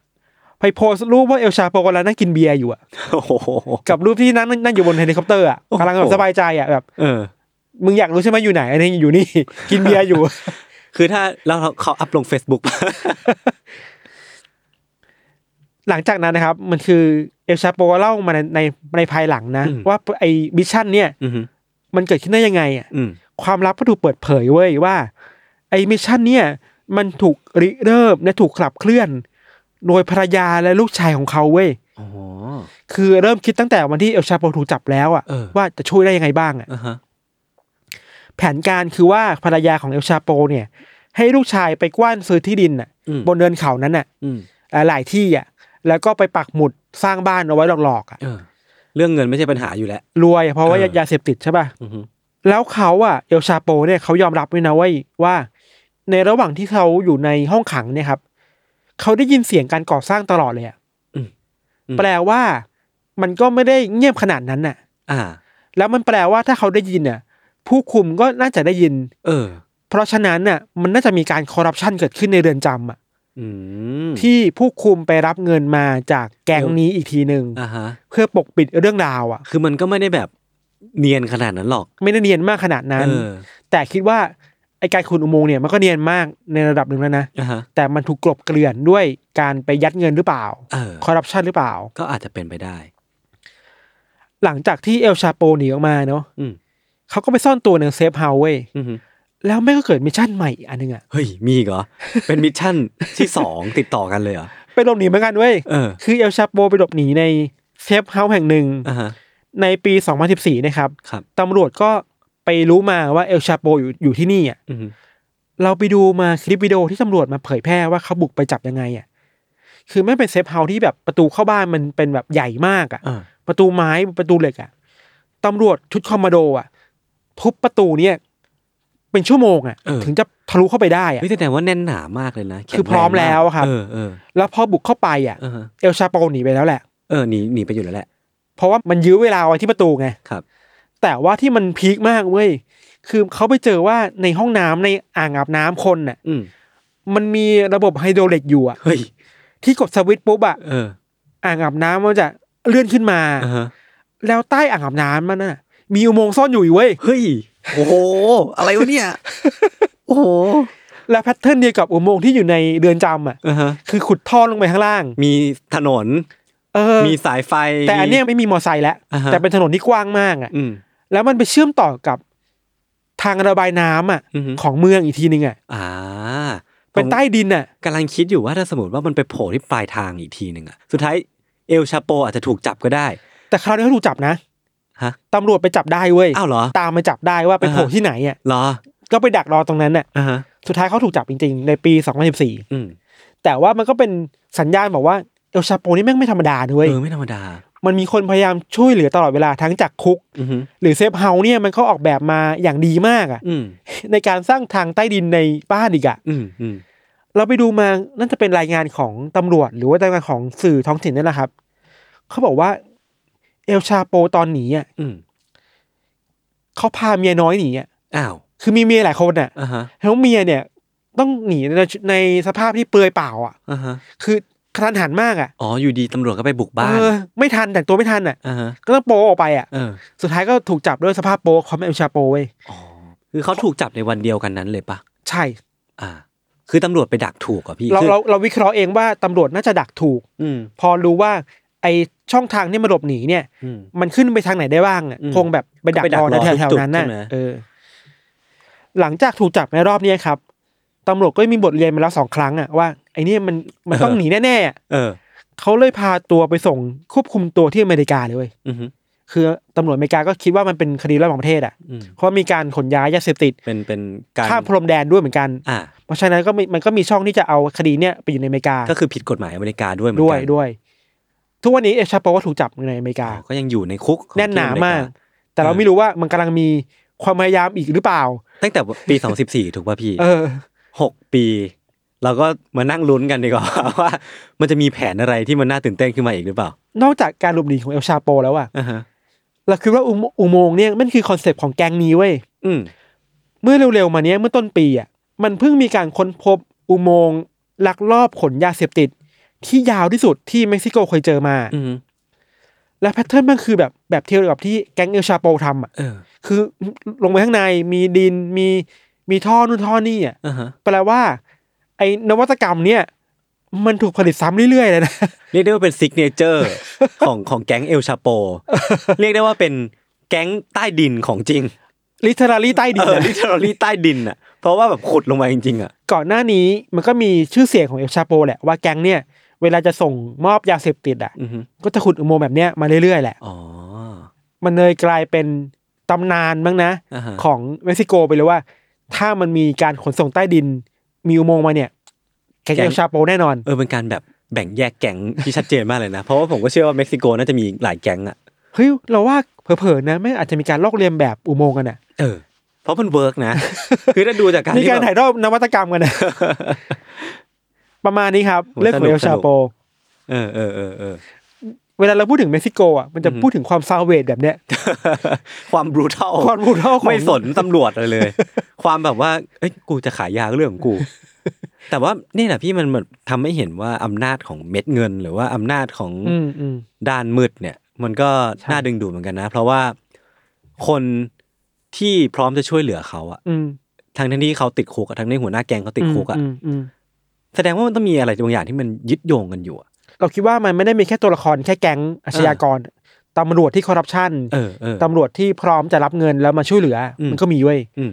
Speaker 3: ไปโพสต์รูปว่าเอลชาโปกำลังนั่งกินเบียร์อยู่อะ
Speaker 2: โอ้โห
Speaker 3: กับรูปที่นั่งนั่งอยู่บนเฮลิคอปเตอร์อะ
Speaker 2: โอ้โห
Speaker 3: กำลังแบบสบายใจอะแบบ
Speaker 2: เออ
Speaker 3: มึงอยากรู้ใช่ไหมอยู่ไหนอันนี้อยู่นี่ [LAUGHS] กินเบียร์อยู่
Speaker 2: คือถ้าแล้วเราเขาอัพลง Facebook ป่ะ
Speaker 3: หลังจากนั้นนะครับ มันคือเอลชาโปเล่ามาในในในภายหลังนะ ว่าไอ้มิชชั่นเนี่ย
Speaker 2: อืม
Speaker 3: มันเกิดขึ้นได้ยังไงอะ
Speaker 2: อืม
Speaker 3: ความลับก็ถูกเปิดเผยเว้ยว่า ไอ้มิชชั่นเนี่ยมันถูกริเริ่มและถูกขับเคลื่อน โดยภรรยาและลูกชายของเขาเว้ย
Speaker 2: อ๋อ
Speaker 3: คือเริ่มคิดตั้งแต่วันที่เอลชาโปถูกจับแล้วอะ
Speaker 2: เออ
Speaker 3: ว่าจะช่วยได้ยังไงบ้างอะ
Speaker 2: อ่าฮะ
Speaker 3: แผนการคือว่าภรรยาของเอลชาโปเนี่ย ให้ลูกชายไปกว้านซื้อที่ดินอะ
Speaker 2: อืม
Speaker 3: บนเนินเขานั้นอะ
Speaker 2: อืม
Speaker 3: หลายๆที่อะแล้วก็ไปปักหมุดสร้างบ้านเอาไว้หลอกๆอะ
Speaker 2: เออเรื่องเงินไม่ใช่ปัญหาอยู่แล้ว
Speaker 3: รวยเพราะว่า
Speaker 2: เออ
Speaker 3: ยาเสพติดใช่ป่ะ
Speaker 2: อือฮึ
Speaker 3: แล้วเขาอะเอลชาโปเนี่ยเขายอมรับด้วยนะเว่าว่า ในระหว่างที่เขาอยู่ในห้องขังเนี่ยครับเขาได้ยินเสียงการก่อสร้างตลอดเลยอะแปลว่า มันก็ไม่ได้เงียบขนาดนั้นน่ะ
Speaker 2: อ่า
Speaker 3: แล้วมันแปลว่าถ้าเขาได้ยินน่ะผู้คุมก็น่าจะได้ยิน
Speaker 2: เออ
Speaker 3: เพราะฉะนั้นน่ะมันน่าจะมีการคอร์รัปชันเกิดขึ้นในเรือนจำอ่ะ
Speaker 2: อืม
Speaker 3: ที่ผู้คุมไปรับเงินมาจากแก๊งนี้อีกทีหนึ่ง
Speaker 2: อ่าฮะ
Speaker 3: เพื่อปกปิดเรื่องราวอ่ะ
Speaker 2: คือมันก็ไม่ได้แบบเนียนขนาดนั้นหรอก
Speaker 3: ไม่ได้เนียนมากขนาด
Speaker 2: เอ
Speaker 3: นั้น
Speaker 2: อ
Speaker 3: แต่คิดว่าไอการขุดอุโมงค์เนี่ยมันก็เนียนมากในระดับหนึ่งแล้วนะ
Speaker 2: อ่าฮะ
Speaker 3: แต่มันถูกกลบเกลื่อนด้วยการไปยัดเงินหรือเปล่า
Speaker 2: เออ
Speaker 3: คอร์รัปชันหรือเปล่า
Speaker 2: ก็อาจจะเป็นไปได้
Speaker 3: หลังจากที่เอลชาโปหนีออกมาเนาะ
Speaker 2: อืม
Speaker 3: เขาก็ไปซ่อนตัวในเซฟเฮาส์เว้ย
Speaker 2: อือฮึ
Speaker 3: แล้วแม่งก็เกิดมิชชั่นใหม่อีกอันหนึงอ่ะ
Speaker 2: เฮ้ย มีอี [LAUGHS] กเหรอ เป็นมิชชั่นที่สองติดต่อกันเลยเหรอ
Speaker 3: ไปหลบหนีเหมือนกันเว้ย
Speaker 2: เออ
Speaker 3: คือเอลชาโปไปหลบหนีในเซฟเฮาส์แห่งหนึ่ง
Speaker 2: อ่าฮะ
Speaker 3: ในปี 2014 นะครับ
Speaker 2: ครับ
Speaker 3: ตำรวจก็ไปรู้มาว่าเอลชาโปอยู่อยู่ที่นี่อ่ะ
Speaker 2: อือฮึ
Speaker 3: เราไปดูมาคลิปวิดีโอที่ตำรวจมาเผยแพร่ว่าเขาบุกไปจับยังไงอ่ะ คือไม่งเป็นเซฟเฮาส์ที่แบบประตูเข้าบ้านมันเป็นแบบใหญ่มากอ่ะ
Speaker 2: อ่า
Speaker 3: ประตูไม้ประตูเหล็กอ่ะ ตำรวจชุดคอมมานโดอ่ะ ทุบประตูเนี่ย เป็นชั่วโมงอ่ะ
Speaker 2: เออ
Speaker 3: ถึงจะทะลุเข้าไปได้อ่ะ
Speaker 2: นี่แสดงว่าแน่นหนามากเลยนะแข็ง
Speaker 3: คือพร้อม
Speaker 2: งาก
Speaker 3: แล้วครับ
Speaker 2: เออเออ
Speaker 3: แล้วพอบุกเข้าไปอ่ะ
Speaker 2: เออฮะ
Speaker 3: เอลชาโปหนีไปแล้วแหละ
Speaker 2: เออหนีหนีไปอยู่แล้วแหละ
Speaker 3: เพราะว่ามันยื้อเวลาไว้ที่ประตูไง
Speaker 2: ครับ
Speaker 3: แต่ว่าที่มันพีคมากเว้ย คือเขาไปเจอว่าในห้องน้ำในอ่างอาบน้ำคนน่ะ
Speaker 2: อืม
Speaker 3: มันมีระบบไฮโดรลิกอยู่อะ
Speaker 2: เฮ้ย
Speaker 3: ที่กดสวิตช์ปุ๊บอะ
Speaker 2: เออ
Speaker 3: อ่างอาบน้ำมันจะเลื่อนขึ้นมา
Speaker 2: อ่าฮะ
Speaker 3: แล้วใต้อ่างอาบน้ำมันน่ะ มีอุโมงค์ซ่อนอยู่อีกเว้ย
Speaker 2: เฮ้ยโอ้โหอะไรวะ [LAUGHS] เนี่ยโอ้โห
Speaker 3: และแพทเทิร์นเดียวกับอุโมงค์ที่อยู่ในเรือนจำอะ
Speaker 2: อ่าฮะ
Speaker 3: คือขุดท่อลงไปข้างล่าง
Speaker 2: มีถนน
Speaker 3: เออ
Speaker 2: มีสายไฟ
Speaker 3: แต่อันเนี้ยไม่มีมอไซค์แล้ว
Speaker 2: อ่าฮะ
Speaker 3: แต่เป็นถนนที่กว้างมากอะ
Speaker 2: อืม
Speaker 3: แล้วมันไปเชื่อมต่อกับทางระบายน้ำอะ
Speaker 2: อือฮึ
Speaker 3: ของเมืองอีกทีนึงอะ
Speaker 2: อ่า
Speaker 3: เป็นใต้ดินอะ
Speaker 2: กำลังคิดอยู่ว่าถ้าสมมติว่ามันไปโผล่ที่ปลายทางอีกทีหนึ่งอะสุดท้ายเอลชาโปอาจจะถูกจับก็ได้
Speaker 3: แต่คราวนี้เขาถูกจับนะ
Speaker 2: ฮะ
Speaker 3: ตำรวจไปจับได้เว้ย
Speaker 2: อ้าวเหรอ
Speaker 3: ตามมาจับได้ว่าไปโผล่
Speaker 2: อ่าฮะ
Speaker 3: ที่ไหนอ่ะ
Speaker 2: เหรอ
Speaker 3: ก็ไปดักรอตรงนั้นน่ะ
Speaker 2: อ่าฮะ
Speaker 3: สุดท้ายเขาถูกจับจริงๆ ในปี 2014
Speaker 2: อืม
Speaker 3: แต่ว่ามันก็เป็นสัญญาณบอกว่าเอลชาโปนี่แม่งไม่ธรรมดาด้วย
Speaker 2: เออไม่ธรรมดา
Speaker 3: มันมีคนพยายามช่วยเหลือตลอดเวลาทั้งจากคุก
Speaker 2: อือฮึ
Speaker 3: หรือเซฟเฮาส์เนี่ยมันเขาออกแบบมาอย่างดีมากอ่ะ
Speaker 2: อืม
Speaker 3: ในการสร้างทางใต้ดินในบ้านอีกอ่ะ
Speaker 2: อืมอืม
Speaker 3: เราไปดูมาน่าจะเป็นรายงานของตำรวจ หรือว่ารายงานของสื่อท้องถิ่นนี่แหละครับ เขาบอกว่าเอลชาโปตอนหนีอ่ะ
Speaker 2: อืม
Speaker 3: เขาพาเมียน้อยหนีอ่ะ
Speaker 2: อ้าว
Speaker 3: คือมีเมียหลายคนน่ะ
Speaker 2: อ่าฮะ
Speaker 3: แล้วเมียเนี่ยต้องหนีในในสภาพที่เปลือยเปล่าอ่ะ
Speaker 2: อ่าฮะ
Speaker 3: คือกระทันหันมากอ่ะ
Speaker 2: อ๋ออยู่ดีตำรวจก็ไปบุกบ้า
Speaker 3: เอนอไม่ทันแต่งตัวไม่ทันอ่ะ
Speaker 2: อ่าฮะ
Speaker 3: ก็ต้องโปออกไปอ่ะ
Speaker 2: เออ
Speaker 3: สุดท้ายก็ถูกจับด้วยสภาพโปคอมเอลชาโปเว้ย
Speaker 2: อ๋อคือเขาถูกจับในวันเดียวกันนั้นเลยปะ
Speaker 3: ใช่
Speaker 2: อ่า คือตำรวจไปดักถูกอ่ะพี่
Speaker 3: เรา
Speaker 2: คือ
Speaker 3: เราเราวิเคราะห์เองว่าตำรวจน่าจะดักถูก
Speaker 2: อืม
Speaker 3: พอรู้ว่าไอช่องทางที่มันหลบหนีเนี่ย
Speaker 2: อืม
Speaker 3: มันขึ้นไปทางไหนได้บ้างอ่ะ
Speaker 2: อืม
Speaker 3: คงแบบไปดั
Speaker 2: ก็
Speaker 3: ก
Speaker 2: ไปดัก
Speaker 3: รอ
Speaker 2: รอ
Speaker 3: แถวแถว
Speaker 2: จุด
Speaker 3: ๆนั้นน่ะ
Speaker 2: ใช่ไหม
Speaker 3: เออ หลังจากถูกจับในรอบเนี้ยครับตำรวจก็มีบทเรียนมาแล้วสองครั้งอ่ะว่าไอเนี่ยมันมันต้องหนีแน่ๆอะ
Speaker 2: เออ
Speaker 3: เขาเลยพาตัวไปส่งควบคุมตัวที่อเมริกาเลยเว้ย
Speaker 2: อือฮึ
Speaker 3: คือตำรวจอเมริกาก็คิดว่ามันเป็นคดีระหว่างประเทศอ่ะ
Speaker 2: อืม
Speaker 3: เพราะมีการขนย้ายยาเสพติด
Speaker 2: เป็นเป็นการ
Speaker 3: ข้ามพรมแดนด้วยเหมือนกัน
Speaker 2: อ่า
Speaker 3: เพราะฉะนั้นก็มีมันก็มีช่องที่จะเอาคดีเนี้ยไปอยู่ในอเมริกา
Speaker 2: ก็คือผิดกฎหมายอเมริกาด้วยเหมือน
Speaker 3: ด้ว
Speaker 2: กั
Speaker 3: ยด้วย ทุกวันนี้เอลชาโปก็ถูกจับในอเมริกา
Speaker 2: ก็ยังอยู่ในคุกของ
Speaker 3: แน่นหนา
Speaker 2: ที่อเริ
Speaker 3: มาก แต่เราไม่รู้ว่ามันกำลังมีความพยายามอีกหรือเปล่า
Speaker 2: ตั้งแต่ปี 2014 ถูกป่ะพี่
Speaker 3: เออ
Speaker 2: หกปี เราก็มานั่งลุ้นกันดีกว่า [LAUGHS] ว่า มันจะมีแผนอะไรที่มันน่าตื่นเต้นขึ้นมาอีกหรือเปล่าน
Speaker 3: อกจากการหลบหนีของเอลชาโปแล้วอะ
Speaker 2: อ่าฮะ
Speaker 3: เราคิดว่าอุโมอุโมงค์เนี่ยมันคือคอนเซปต์ของแกงนี้เว้ย
Speaker 2: อืม
Speaker 3: เมื่อเร็วๆมาเนี้ยเมื่อต้นปีอ่ะมันเพิ่งมีการค้นพบอุโมงค์ลักลอบขนยาเสพติด ที่ยาวที่สุดที่เม็กซิโกเคยเจอมา
Speaker 2: อืม
Speaker 3: และแพทเทิร์นมันคือแบบแบบเทียบกับที่แก๊งเอลชาโปทำอ่ะ
Speaker 2: เออ
Speaker 3: คือลงไปข้างในมีดินมีมีท่อนู่นท่อนี่อ่ะ
Speaker 2: อ่าฮะ
Speaker 3: แปลว่า ไอ้นวัตกรรมเนี่ย มันถูกผลิตซ้ำเรื่อยๆเลยนะ [LAUGHS]
Speaker 2: เรียกได้ว่าเป็นซิกเนเจอร์ ของของแก๊งเอลชา
Speaker 3: [LAUGHS]
Speaker 2: โป เรียกได้ว่าเป็นแก๊งใต้ดินของจริง
Speaker 3: ลิทเทอรารีใต้ดิ
Speaker 2: เอน อ
Speaker 3: อะ
Speaker 2: ลิเทอรั [LAUGHS] ลี่ใต้ดินอ่ะ เพราะว่าแบบขุดลงมาจริงๆอ่ะ
Speaker 3: [LAUGHS] ก่อนหน้านี้มันก็มีชื่อเสียงของเอลชาโปแหละว่าแก๊งเนี่ยเวลาจะส่งมอบยาเสพติดอ่ะ
Speaker 2: อือฮึ
Speaker 3: ก็จะขุดอุโมงค์แบบเนี้ยมาเรื่อยๆแหละ
Speaker 2: อ๋อ
Speaker 3: มันเลยกลายเป็นตำนานมั้งนะ
Speaker 2: อ่าฮะ
Speaker 3: ของเม็กซิโกไปเลยว่า ถ้ามันมีการขนส่งใต้ดิน มีอุโมงค์มาเนี่ยแกงเอลชาโปแน่นอน
Speaker 2: เออเป็นการแบบแบ่งแยกแก๊งที่ชัดเจนมากเลยนะ เพราะว่าผมก็เชื่อว่าเม็กซิโกน่าจะมีหลายแก๊งอ่ะ
Speaker 3: เฮ้ย เราว่าเผลอๆนะไม่งอาจจะมีการลอกเลียนแบบอุโมงค์กันอ่ะ
Speaker 2: เออเพราะมันเวิร์กนะ [LAUGHS] คือถ้าดูจากการ
Speaker 3: มีการ
Speaker 2: แบบ
Speaker 3: ถ่ายทอดนวัตกรรมกัน
Speaker 2: [LAUGHS]
Speaker 3: นะ ประมาณนี้ครับ
Speaker 2: โห
Speaker 3: เรื่องของ
Speaker 2: สนุ
Speaker 3: เอก ลชาโป
Speaker 2: สนุ เออเออเออเออ
Speaker 3: เวลาเราพูดถึงเม็กซิโกอ่ะมันจะพูดถึงความซาเวดแบบเนี้ย
Speaker 2: [LAUGHS] ความบรูทัล
Speaker 3: ความ brutal ของ
Speaker 2: ไม่สนตำรวจอะไรเลย [LAUGHS] ความแบบว่า เอ้ยกูจะขายยาก็เรื่องของกู แต่ว่านี่แหละพี่มันแบบทำให้เห็นว่าอำนาจของเม็ดเงิน หรือว่าอำนาจของ
Speaker 3: อืมอืม
Speaker 2: ด้านมืดเนี่ยมันก็น่าดึงดูดเหมือนกันนะ เพราะว่าคนที่พร้อมจะช่วยเหลือเขาอะ
Speaker 3: อืม
Speaker 2: ทางที่เขาติดคุกอะทางที่หัวหน้าแก๊งเขาติดคุกอะ
Speaker 3: มอืม
Speaker 2: แสดงว่ามันต้องมีอะไรบางอย่างที่มันยึดโยงกันอยู่อะ
Speaker 3: เราคิดว่ามันไม่ได้มีแค่ตัวละครแค่แก๊งอาชญากรตำรวจที่คอร์รัปชัน
Speaker 2: เออเออ
Speaker 3: ตำรวจที่พร้อมจะรับเงินแล้วมาช่วยเหลืออ
Speaker 2: ม
Speaker 3: มันก็มีเว้ย
Speaker 2: อืม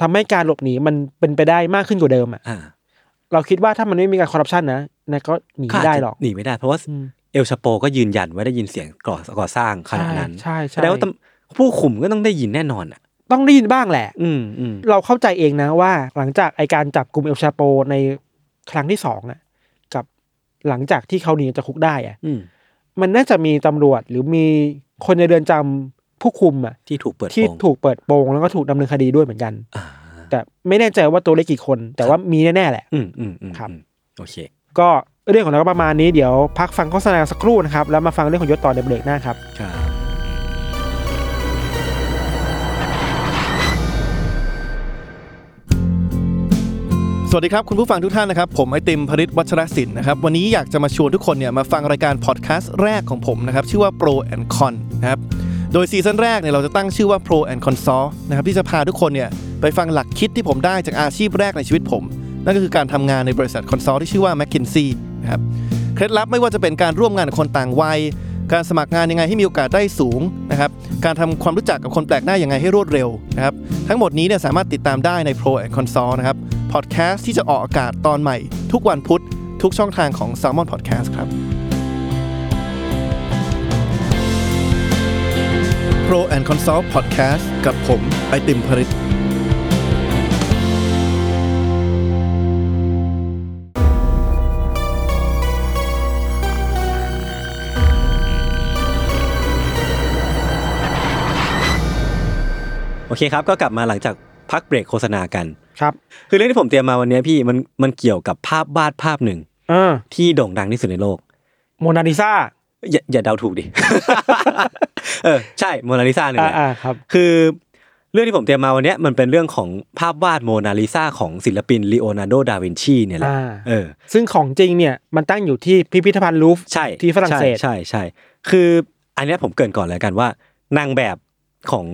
Speaker 3: ทำให้การหลบหนีมันเป็นไปได้มากขึ้นกว่าเดิมอ่ะ
Speaker 2: อ่า
Speaker 3: เราคิดว่าถ้ามันไม่มีการคอร์รัปชันนะนะก็หนีไม่ได้หรอก
Speaker 2: หนีไม่ได้ เพราะว่า
Speaker 3: อืม
Speaker 2: เอลชาโปก็ยืนยันว่าได้ยินเสียงก่อก่อสร้างขนาดนั้น
Speaker 3: ใช่
Speaker 2: แส
Speaker 3: ใช่
Speaker 2: ดงว่าตำผู้ขุมก็ต้องได้ยินแน่นอนอะ
Speaker 3: ต้องได้ยินบ้างแหละ
Speaker 2: อืมอืม
Speaker 3: เราเข้าใจเองนะว่า หลังจากไอการจับกลุ่มเอลชาโปในครั้งที่สองอ่ะกับหลังจากที่เขาหนีจากคุกได้อ่ะ
Speaker 2: อืม
Speaker 3: มันน่าจะมีตำรวจหรือมีคนในเรือนจำ ผู้คุมอ่ะ
Speaker 2: ที่ถูกเปิด
Speaker 3: ที่
Speaker 2: โปง
Speaker 3: ถูกเปิดโปงแล้วก็ถูกดำเนินคดีด้วยเหมือนกัน
Speaker 2: อ่า
Speaker 3: แต่ไม่แน่ใจว่าตัวเลขกี่คน แต่ว่ามีแน่ๆแหละ
Speaker 2: อืมอืมอืม
Speaker 3: ครับ
Speaker 2: อืมโอเค
Speaker 3: ก็เรื่องของเราก็ประมาณนี้เดี๋ยวพักฟังโฆษณาสักครู่นะครับ แล้วมาฟังเรื่องของยศต่อในเบรกหน้าครับ
Speaker 2: ครับ
Speaker 4: สวัสดีครับ คุณผู้ฟังทุกท่านนะครับ ผมไอติมพริศวัชรศิลป์นะครับ วันนี้อยากจะมาชวนทุกคนเนี่ยมาฟังรายการพอดแคสต์แรกของผมนะครับ ชื่อว่า Pro and Con นะครับ โดยซีซั่นแรกเนี่ยเราจะตั้งชื่อว่า Pro and Con s o นะครับที่จะพาทุกคนเนี่ยไปฟังหลักคิดที่ผมได้จากอาชีพแรกในชีวิตผม นั่นก็คือการทำงานในบริษัทคอนซอลที่ชื่อว่า m c k i n s e y นะครับเคล็ดลับไม่ว่าจะเป็นการร่วมงานกับคนต่างวัย การสมัครงานยังไงให้มีโอกาสได้สูงนะครับการทำความรู้จักกับคนแปลกหน้ายังไงให้รวดเร็วนะครับทั้งหมดนี้เนี่ยสามารถติดตามได้ใน Pro and c o n s o l นะครับพอดแคสต์ที่จะออกอากาศตอนใหม่ ทุกวันพุธทุกช่องทางของ s ซ l m o n Podcast ครับ Pro and Consult Podcast กับผมไอติมพริต
Speaker 2: โอเคครับ ก็กลับมาหลังจากพักเบรกโฆษณากัน
Speaker 3: ครับ
Speaker 2: คือเรื่องที่ผมเตรียมมาวันเนี้ยพี่มันมันเกี่ยวกับภาพวาดภาพหนึ่ง
Speaker 3: เออ
Speaker 2: ที่โด่งดังที่สุดในโลก
Speaker 3: โมนาลิซา
Speaker 2: อย่าอย่าเดาถูกดิ [LAUGHS] เออใช่โมนาลิซาเนี่ยแหละ
Speaker 3: อ่าๆครับ
Speaker 2: คือเรื่องที่ผมเตรียมมาวันเนี้ยมันเป็นเรื่องของภาพวาดโมนาลิซาของศิลปินลีโอนาร์โด ดาวินชีเนี่ยแหละ
Speaker 3: อ่า
Speaker 2: เออ
Speaker 3: ซึ่งของจริงเนี่ยมันตั้งอยู่ที่พิพิธภัณฑ์ลูฟร์
Speaker 2: ใช่
Speaker 3: ที่ฝรั่งเศส
Speaker 2: ใช่ใช่ใช่ คืออันเนี้ยผมเกรินก่อนเลยกันว่า นางแบบของ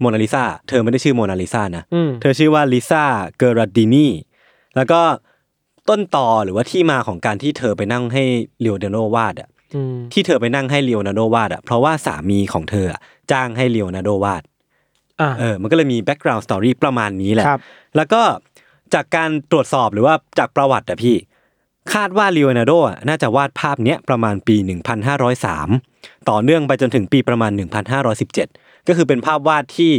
Speaker 2: โมนาลิซาเธอไม่ได้ชื่อโมนาลิซานะ
Speaker 3: อืม
Speaker 2: เธอชื่อว่าลิซาเกอราดินีแล้วก็ต้นต่อหรือว่าที่มาของการที่เธอไปนั่งให้เลโอนาร์โดวาดอะ
Speaker 3: อืม
Speaker 2: ที่เธอไปนั่งให้เลโอนาร์โดวาดอะเพราะว่าสามีของเธออะจ้างให้เลโอนาร์โดวาด
Speaker 3: อ่า
Speaker 2: เออมันก็เลยมีแบ็กกราวน์สตอรี่ประมาณนี้แหละ
Speaker 3: ครับ
Speaker 2: แล้วก็จากการตรวจสอบหรือว่าจากประวัติอะพี่ คาดว่าเลโอนาร์โดอะน่าจะวาดภาพเนี้ยประมาณปี 1503 ต่อเนื่องไปจนถึงปีประมาณ 1517 ก็คือเป็นภาพวาดที่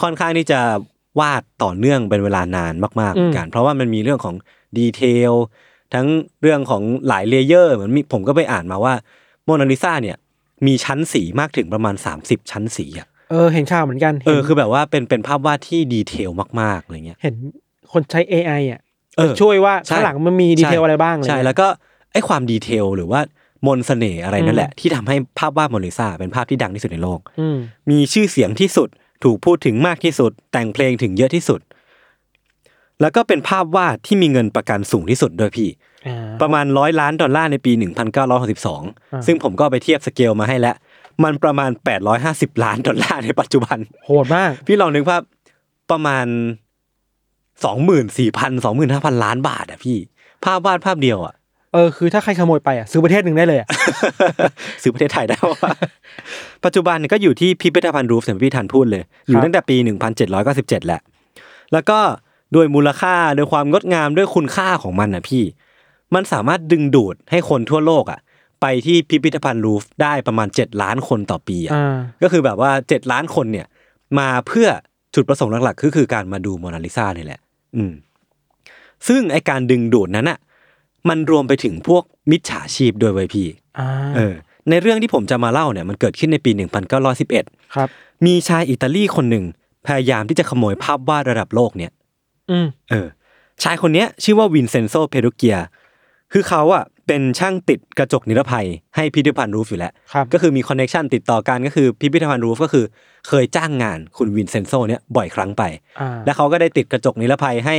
Speaker 2: ค่อนข้างที่จะวาดต่อเนื่องเป็นเวลานานมากๆเหมือนกันเพราะว่ามันมีเรื่องของดีเทลทั้งเรื่องของหลายเลเยอร์เหมือนมีผมก็ไปอ่านมาว่าโมนาลิซาเนี่ยมีชั้นสีมากถึงประมาณ 30 ชั้นสีอะ
Speaker 3: เออเห็นข่าวเหมือนกัน
Speaker 2: เอ
Speaker 3: เห็น
Speaker 2: อคือแบบว่าเป็นเป็นภาพวาดที่ดีเทลมากๆอะไรเงี้ย
Speaker 3: เห็นคนใช้ AI อ่ะ
Speaker 2: เออ
Speaker 3: ช่วยว่า
Speaker 2: ใช่
Speaker 3: ข้างหลังมันมีดีเทล
Speaker 2: ใช่
Speaker 3: อะไรบ้างเลย
Speaker 2: ใช่แล้วก็ไอ้ความดีเทลหรือว่ามนต์เสน่ห์อะไรนั่นแหละ ที่ทำให้ภาพวาดโมนาลิซาเป็นภาพที่ดังที่สุดในโลก
Speaker 3: อืม
Speaker 2: มีชื่อเสียงที่สุด ถูกพูดถึงมากที่สุด แต่งเพลงถึงเยอะที่สุด แล้วก็เป็นภาพวาดที่มีเงินประกันสูงที่สุดด้วยพี่
Speaker 3: อ่า
Speaker 2: ประมาณร้อยล้านดอลลาร์ในปี 1962 ซึ่งผมก็ไปเทียบสเกลมาให้แล้ว มันประมาณ 850 ล้านดอลลาร์ในปัจจุบัน
Speaker 3: โหดมาก
Speaker 2: พี่ลองนึกภาพประมาณสองหมื่นสี่พันสองหมื่นห้าพันล้านบาทอะพี่ ภาพวาดภาพเดียวอะ [LAUGHS]
Speaker 3: เออคือถ้าใครขโมยไปอ่ะซื้อประเทศหนึ่งได้เลยอ่ะ
Speaker 2: ซื้อประเท [LAUGHS] ศไทยได้ว่า ปัจจุบันเนี่ยก็อยู่ที่พิพิธภัณฑ์รูฟเสียงพี่ทันพูดเลย อยู่ตั้งแต่ปี 1797 แหละ แล้วก็ด้วยมูลค่าด้วยความงดงามด้วยคุณค่าของมันนะพี่ มันสามารถดึงดูดให้คนทั่วโลกอะไปที่พิพิธภัณฑ์รูฟได้ประมาณ 7 ล้านคนต่อปีอะ
Speaker 3: อ่า
Speaker 2: ก็คือแบบว่า 7 ล้านคนเนี่ย มาเพื่อจุดประสงค์หลักๆ ก็คือการมาดูโมนาลิซานี่แหละ อืม ซึ่งไอการดึงดูดนั้นอะมันรวมไปถึงพวกมิจฉาชีพด้วยเว้ยพี่
Speaker 3: อ่า
Speaker 2: เออ ในเรื่องที่ผมจะมาเล่าเนี่ยมันเกิดขึ้นในปี 1911
Speaker 3: ครับ
Speaker 2: มีชายอิตาลีคนหนึ่งพยายามที่จะขโมยภาพวาดระดับโลกเนี่ย
Speaker 3: อืม
Speaker 2: เออ ชายคนเนี้ยชื่อว่าวินเซนโซ เพรุเกีย คือเขาอะเป็นช่างติดกระจกนิรภัยให้พิพิธภัณฑ์รูฟอยู่แล้ว
Speaker 3: ครับ
Speaker 2: ก็คือมีคอนเน t ชันติดต่อกันก็คือพิพิธภัณฑ์รูฟก็คือเคยจ้างงานคุณวินเซนโซเนี่ยบ่อยครั้งไป
Speaker 3: อ่า
Speaker 2: แล้วเขาก็ได้ติดกระจกนิรภัยให้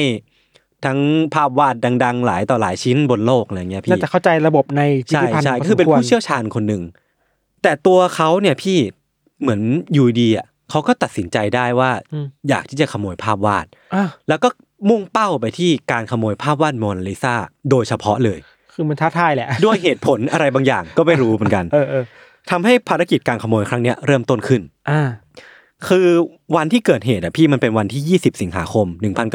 Speaker 2: ทั้งภาพวาดดัง ๆ หลายต่อหลายชิ้นบนโลกอะไรเงี้ยพี่
Speaker 3: น่าจะเข้าใจระบบในพิ
Speaker 2: ใช่
Speaker 3: พิธภัณฑ์
Speaker 2: ใช่
Speaker 3: พสม
Speaker 2: คือเป็น
Speaker 3: วร
Speaker 2: ผู้เชี่ยวชาญคนหนึ่งแต่ตัวเขาเนี่ยพี่เหมือนอยู่ดีอ่ะเขาก็ตัดสินใจได้ว่าอยากที่จะขโมยภาพวาด
Speaker 3: อ่ะ
Speaker 2: แล้วก็มุ่งเป้าไปที่การขโมยภาพวาดโมนาลิซาโดยเฉพาะเลย
Speaker 3: คือมันท้าทายแหละ
Speaker 2: ด้วยเหตุผลอะไรบางอย่างก็ไม่รู้เหมือนกัน
Speaker 3: เออเออ
Speaker 2: ทำให้ภารกิจการขโมยครั้งเนี้ยเริ่มต้นขึ้น
Speaker 3: อ่า
Speaker 2: คือวันที่เกิดเหตุอะพี่มันเป็นวันที่ 20 สิงหาคม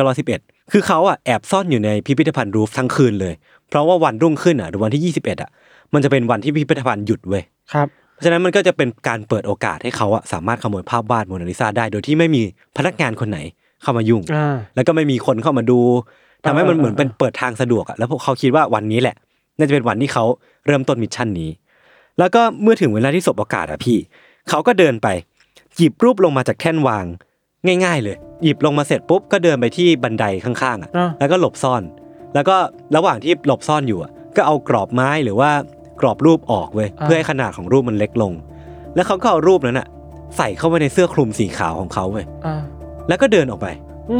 Speaker 2: 1911 คือเขาอะแอบซ่อนอยู่ในพิพิธภัณฑ์รูฟทั้งคืนเลย เพราะว่าวันรุ่งขึ้นอะหรือวันที่ 21อะมันจะเป็นวันที่พิพิธภัณฑ์หยุดเว้ย
Speaker 3: ครับ
Speaker 2: เพราะฉะนั้นมันก็จะเป็นการเปิดโอกาสให้เขาอะสามารถขโมยภาพวาดโมนาลิซาได้ โดยที่ไม่มีพนักงานคนไหนเข้ามายุ่ง
Speaker 3: อ่า
Speaker 2: แล้วก็ไม่มีคนเข้ามาดูทำให้มัน
Speaker 3: เออเออ
Speaker 2: เหมือนเป็นเปิดทางสะดวกอะแล้วพวกเขาคิดว่าวันนี้แหละ น่าจะเป็นวันที่เขาเริ่มต้นมิชชั่นนี้ แล้วก็เมื่อถึงเวลาที่สบโอกาสอะพี่ เขาก็เดินไป หยิบรูปลงมาจากแท่นวาง ง่ายๆเลย หยิบลงมาเสร็จปุ๊บก็เดินไปที่บันไดข้างๆอ่ะ
Speaker 3: อ่า
Speaker 2: แล้วก็หลบซ่อน แล้วก็ระหว่างที่หลบซ่อนอยู่อ่ะก็เอากรอบไม้หรือว่ากรอบรูปออกเว้ย
Speaker 3: อ่า
Speaker 2: เพื่อให้ขนาดของรูปมันเล็กลง แล้วเขาก็เอารูปนั้นอ่ะ ใส่เข้าไปในเสื้อคลุมสีขาวของเขาเว้ย
Speaker 3: อ่า
Speaker 2: แล้วก็เดินออกไป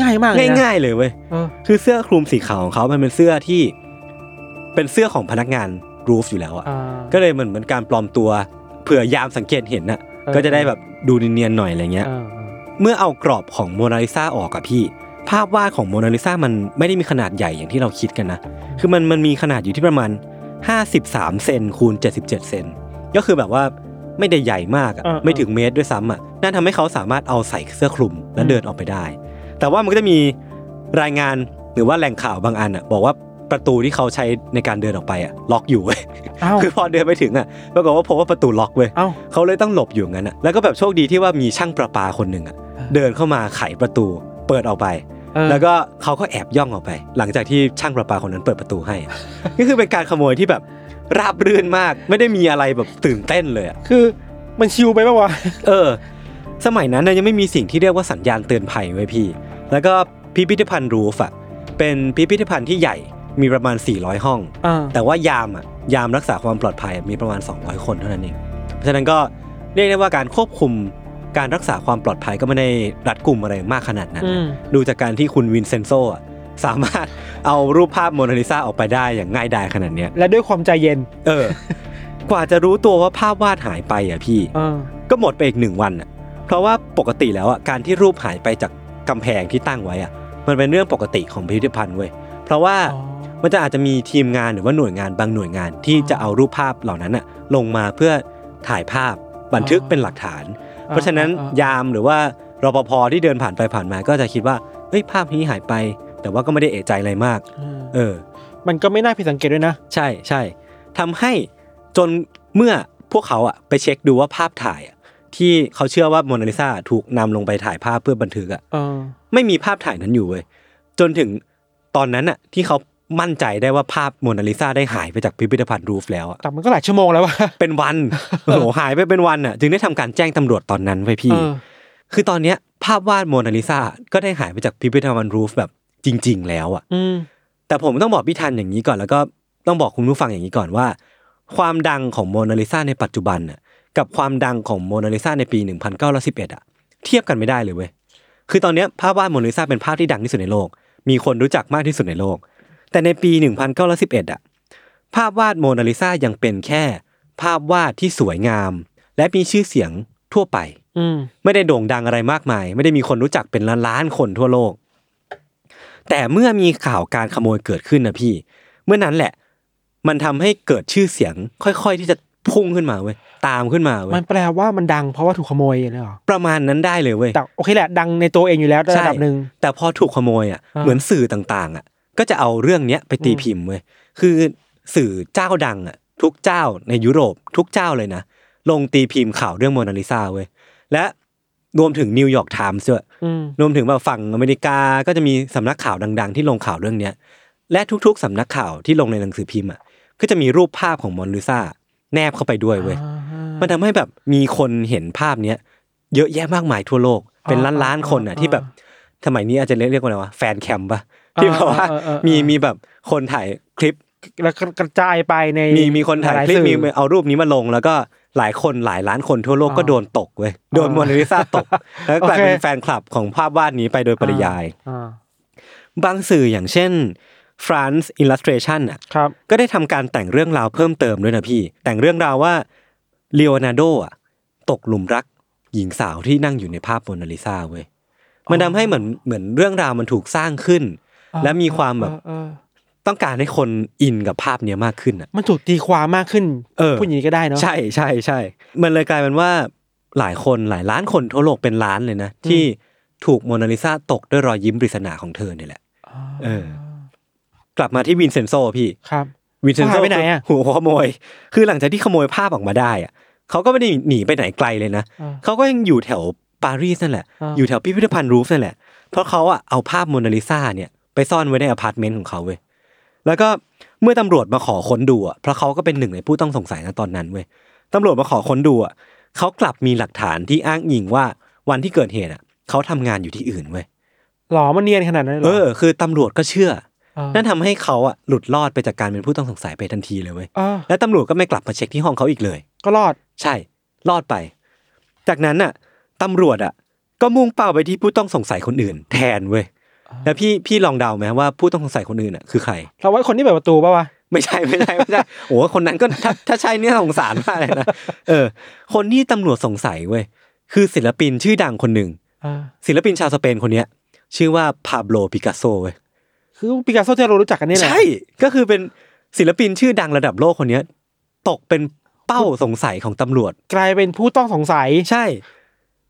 Speaker 3: ง่ายมากเลยนะ
Speaker 2: ง่ายๆเลยเว้ย
Speaker 3: เออ
Speaker 2: คือเสื้อคลุมสีขาวของเขา มันเป็นเสื้อที่ เป็นเสื้อของพนักงานรูฟอยู่แล้วอะ
Speaker 3: อ่า
Speaker 2: ก็เลยเหมือนเหมือนการปลอมตัวเผื่อยามสังเกตเห็นน่ะ
Speaker 3: ออ
Speaker 2: ก็จะได้แบบดูเนียนๆหน่อยอะไรเงี้ย
Speaker 3: อ่า
Speaker 2: เมื่อเอากรอบของโมนาลิซาออกอะพี่ ภาพวาดของโมนาลิซามันไม่ได้มีขนาดใหญ่อย่างที่เราคิดกันนะ คือมันมันมีขนาดอยู่ที่ประมาณ 53 เซนคูณ77 เซน ก็คือแบบว่าไม่ได้ใหญ่มากอะ
Speaker 3: เออเออ
Speaker 2: ไม่ถึงเมตรด้วยซ้ำอ่ะ นั่นทำให้เขาสามารถเอาใส่เสื้อคลุมและเดินออกไปได้ แต่ว่ามันก็จะมีรายงานหรือว่าแหล่งข่าวบางอันอ่ะ บอกว่าประตูที่เขาใช้ในการเดินออกไปอ่ะล็อกอยู่เว้ย
Speaker 3: เอ้า
Speaker 2: คือพอเดินไปถึงอ่ะปรากฏว่าพบว่าประตูล็อกเว้ย
Speaker 3: เอ้า
Speaker 2: เขาเลยต้องหลบอยู่งั้นอ่ะ แล้วก็แบบโชคดีที่ว่ามีช่างประปาคนหนึ่งอ่ะ
Speaker 3: อ่า
Speaker 2: เดินเข้ามาไขประตู เปิดออกไป
Speaker 3: เออ
Speaker 2: แล้วก็เขาก็แอบย่องออกไป หลังจากที่ช่างประปาคนนั้นเปิดประตูให้
Speaker 3: [LAUGHS]
Speaker 2: ก็คือเป็นการขโมยที่แบบราบรื่นมาก ไม่ได้มีอะไรแบบตื่นเต้นเลยอะ
Speaker 3: คือมันชิวไปปะวะ
Speaker 2: เออ สมัยนั้นน่ะยังไม่มีสิ่งที่เรียกว่าสัญญาณเตือนภัยไว้ยพี่ แล้วก็พิพิธภัณฑ์รูฟอะเป็นพิพิธภัณฑ์ที่ใหญ่มีประมาณ 400 ห้อง
Speaker 3: อ่า
Speaker 2: แต่ว่ายามอะยามรักษาความปลอดภัยอะมีประมาณ 200 คนเท่านั้นเอง เพราะฉะนั้นก็เรียกได้ว่าการควบคุมการรักษาความปลอดภัยก็ไม่ได้รัดกุมอะไรมากขนาดนั้น
Speaker 3: อื
Speaker 2: นะ
Speaker 3: ม
Speaker 2: ดูจากการที่คุณวินเซนโซอะ [LAUGHS] สามารถ เอารูปภาพโมนาลิซาออกไปได้อย่างง่ายดายขนาดเนี้ย
Speaker 3: และด้วยความใจเย็น
Speaker 2: เออ กว่าจะรู้ตัวว่าภาพวาดหายไปอ่ะพี่
Speaker 3: เออ
Speaker 2: ก็หมดไปอีกหนึ่งวันอ่ะ เพราะว่าปกติแล้วอ่ะการที่รูปหายไปจากกำแพงที่ตั้งไว้อ่ะ มันเป็นเรื่องปกติของพิพิธภัณฑ์เว้ย เพราะว่า
Speaker 3: อ๋อ
Speaker 2: มันจะอาจจะมีทีมงานหรือว่าหน่วยงานบางหน่วยงานที่จะเอารูปภาพเหล่านั้นอะลงมาเพื่อถ่ายภาพบันทึก
Speaker 3: อ๋อ
Speaker 2: เป็นหลักฐาน เพราะฉะนั้น
Speaker 3: อ่าอ่าอ่าย
Speaker 2: ามหรือว่ารปภที่เดินผ่านไปผ่านมาก็จะคิดว่าเอ้ยภาพนี้หายไป แต่ว่าก็ไม่ได้เอะใจอะไรมาก
Speaker 3: อืม
Speaker 2: เออ
Speaker 3: มันก็ไม่น่าผิดสังเกตด้วยนะ
Speaker 2: ใช่ใช่ทำให้จนเมื่อพวกเขาอะไปเช็คดูว่าภาพถ่ายอะที่เขาเชื่อว่าโมนาลิซาถูกนำลงไปถ่ายภาพเพื่อบันทึกอะ
Speaker 3: เออ
Speaker 2: ไม่มีภาพถ่ายนั้นอยู่เว้ยจนถึงตอนนั้นน่ะที่เขามั่นใจได้ว่าภาพโมนาลิซาได้หายไปจากพิพิธภัณฑ์รูฟแล้วอะ
Speaker 3: แต่มันก็หลายชั่วโมงแล้ววะ
Speaker 2: เป็นวัน โอ้โหหายไปเป็นวันอ่ะ จึงได้ทำการแจ้งตำรวจตอนนั้นไว้ยพี่
Speaker 3: เออ
Speaker 2: คือตอนเนี้ยภาพวาดโมนาลิซาก็ได้หายไปจากพิพิธภัณฑ์รูฟแบบจริง ๆ แล้วอ่ะ
Speaker 3: อืม
Speaker 2: แต่ผมต้องบอกพี่ทันอย่างนี้ก่อนแล้วก็ต้องบอกคุณผู้ฟังอย่างนี้ก่อนว่า ความดังของโมนาลิซาในปัจจุบันน่ะกับความดังของโมนาลิซาในปี 1911อ่ะเทียบกันไม่ได้เลยเว้ยคือตอนเนี้ยภาพวาดโมนาลิซาเป็นภาพที่ดังที่สุดในโลก มีคนรู้จักมากที่สุดในโลก แต่ในปี 1911อ่ะภาพวาดโมนาลิซายังเป็นแค่ ภาพวาดที่สวยงาม และมีชื่อเสียงทั่วไป
Speaker 3: อืม
Speaker 2: ไม่ได้โด่งดังอะไรมากมาย ไม่ได้มีคนรู้จักเป็นล้านๆคนทั่วโลก แต่เมื่อมีข่าวการขโมยเกิดขึ้นนะพี่ เมื่อนั้นแหละ มันทำให้เกิดชื่อเสียง ค่อยๆที่จะพุ่งขึ้นมาเว้ยตามขึ้นมาเว้
Speaker 3: มัน
Speaker 2: ย
Speaker 3: แปลว่ามันดังเพราะว่าถูกขโมยเลยเหรอ
Speaker 2: ประมาณนั้นได้เลยเว้ย
Speaker 3: แต่โอเคแหละ ดังในตัวเองอยู่แล้วระดับหนึ่ง
Speaker 2: แต่พอถูกขโมยอ่ะ
Speaker 3: อ่า
Speaker 2: เหมือนสื่อต่างๆ อ่ะ ก็จะเอาเรื่องเนี้ยไปตีพิมพ์เว้ยคือสื่อเจ้าดังอ่ะ ทุกเจ้าในยุโรป ทุกเจ้าเลยนะลงตีพิมพ์ข่าวเรื่องโมนาลิซาเว้ยและรวมถึงนิวยอร์กไทมส์ด้วย
Speaker 3: ืม
Speaker 2: รวมถึงแบบฝั่งอเมริกาก็จะมีสำนักข่าวดัง ๆ ที่ลงข่าวเรื่องเนี้ยและทุกๆสำนักข่าวที่ลงในหนังสือพิมพ์อ่ะก็จะมีรูปภาพของมอนลิซาแนบเข้าไปด้วยเว้ยมันทำให้แบบมีคนเห็นภาพเนี้ยเยอะแยะมากมายทั่วโลก เป็น
Speaker 3: อ่า
Speaker 2: ล้านๆคนอ่ะ
Speaker 3: อ่า
Speaker 2: ที่แบบสมัยนี้อาจจะเรียกว่าอะไรวะแฟนแคมปะที่แบบว่า
Speaker 3: เออเออเออ
Speaker 2: มีมีแบบคนถ่ายคลิป
Speaker 3: แล้วก็กระจายไปใน
Speaker 2: มีมีคนถ่าย
Speaker 3: หล
Speaker 2: คลิป
Speaker 3: สื่อ
Speaker 2: มีเอารูปนี้มาลงแล้วก็หลายคนหลายล้านคนทั่วโลก
Speaker 3: อ๋อ
Speaker 2: ก็โดนตกเว้ยโดน
Speaker 3: อ๋อ
Speaker 2: โมนาลิซาตก แล้วก็กลายเป็น
Speaker 3: โอเค
Speaker 2: แฟนคลับของภาพวาดนี้ไปโดยปริยาย
Speaker 3: อ่า
Speaker 2: บางสื่ออย่างเช่น France Illustration อ่ะ
Speaker 3: ครับ
Speaker 2: ก็ได้ทำการแต่งเรื่องราวเพิ่มเติมด้วยนะพี่ แต่งเรื่องราวว่าเลโอนาร์โดอ่ะตกหลุมรักหญิงสาวที่นั่งอยู่ในภาพโมนาลิซาเว้ยมันทำให้เหมือนเหมือนเรื่องราวมันถูกสร้างขึ้น และมีความแบบ
Speaker 3: เออเออเออ
Speaker 2: ต้องการให้คนอินกับภาพเนี้ยมากขึ้นอ่ะ
Speaker 3: มันถูกตีความมากขึ้น
Speaker 2: เออ
Speaker 3: พูดอย่างนี้ก็ได้เนาะ
Speaker 2: ใช่ใช่ใช่ มันเลยกลายเป็นว่าหลายคนหลายล้านคนทั่วโลกเป็นล้านเลยนะ ที่ถูกโมนาลิซาตกด้วยรอยยิ้มปริศนาของเธอเนี่ยแหละ เออ กลับมาที่วินเซนโซพี่
Speaker 3: ครับ
Speaker 2: วินเซนโซ
Speaker 3: เขาหายไปไหนอะ
Speaker 2: คื [LAUGHS] หัวขโมย คือหลังจากที่ขโมยภาพออกมาได้อะเขาก็ไม่ได้หนีไปไหนไกลเลยนะ
Speaker 3: เออ
Speaker 2: เขาก็ยังอยู่แถวปารีสนั่นแหละ
Speaker 3: อ่า
Speaker 2: อยู่แถวพิพิธภัณฑ์รูฟนั่นแหละ เพราะเขาอะเอาภาพโมนาลิซาเนี่ยไปซ่อนไว้ในอพาร์ตเมนต์ของเขาเว้ย แล้วก็เมื่อตำรวจมาขอค้นดูอะเพราะเขาก็เป็นหนึ่งในผู้ต้องสงสัยนะตอนนั้นเว้ย ตำรวจมาขอค้นดูอะเขากลับมีหลักฐานที่อ้างอิงว่า วันที่เกิดเหตุอ่ะเขาทำงานอยู่ที่อื่นเว้ย
Speaker 3: หลอมันเนียนขนาดนั้นเลย
Speaker 2: เอ
Speaker 3: เหร
Speaker 2: อ
Speaker 3: อ
Speaker 2: คือตำรวจก็เชื่อ
Speaker 3: า
Speaker 2: นั่นทำให้เขาอ่ะหลุดรอดไปจากการเป็นผู้ต้องสงสัยไปทันทีเลยเว้ย
Speaker 3: อ่า
Speaker 2: และตำรวจก็ไม่กลับมาเช็คที่ห้องเขาอีกเลย
Speaker 3: ก็รอด
Speaker 2: ใช่ รอดไป จากนั้นน่ะตำรวจอ่ะ ก็มุ่งเป้าไปที่ผู้ต้องสงสัยคนอื่น แทนเว้ยแล้วพี่พี่ลองเดาไหมว่าผู้ต้องสงสัยคนอื่นอ่ะคือใคร
Speaker 3: เราไว้คนที่เปิดประตูป่าวะ
Speaker 2: ไม่ใช่ไม่ใช่ไม่ใช่ โอ้โหคนนั้นก็ถ้าถ้าใช่เนี่ยสงสารมากเลยนะเออ คนที่ตำรวจสงสัยเว้ยคือศิลปินชื่อดังคนหนึ่ง
Speaker 3: อ่า
Speaker 2: ศิลปินชาวสเปนคนเนี้ย ชื่อว่าพาโบลปิกัสโซเว้ย
Speaker 3: คือปิกัสโซที่เรารู้จักกันนี่แหละ
Speaker 2: ใช่ก็คือเป็นศิลปินชื่อดังระดับโลกคนเนี้ย ตกเป็นเป้าสงสัยของตำรวจ
Speaker 3: กลายเป็นผู้ต้องสงสัย
Speaker 2: ใช่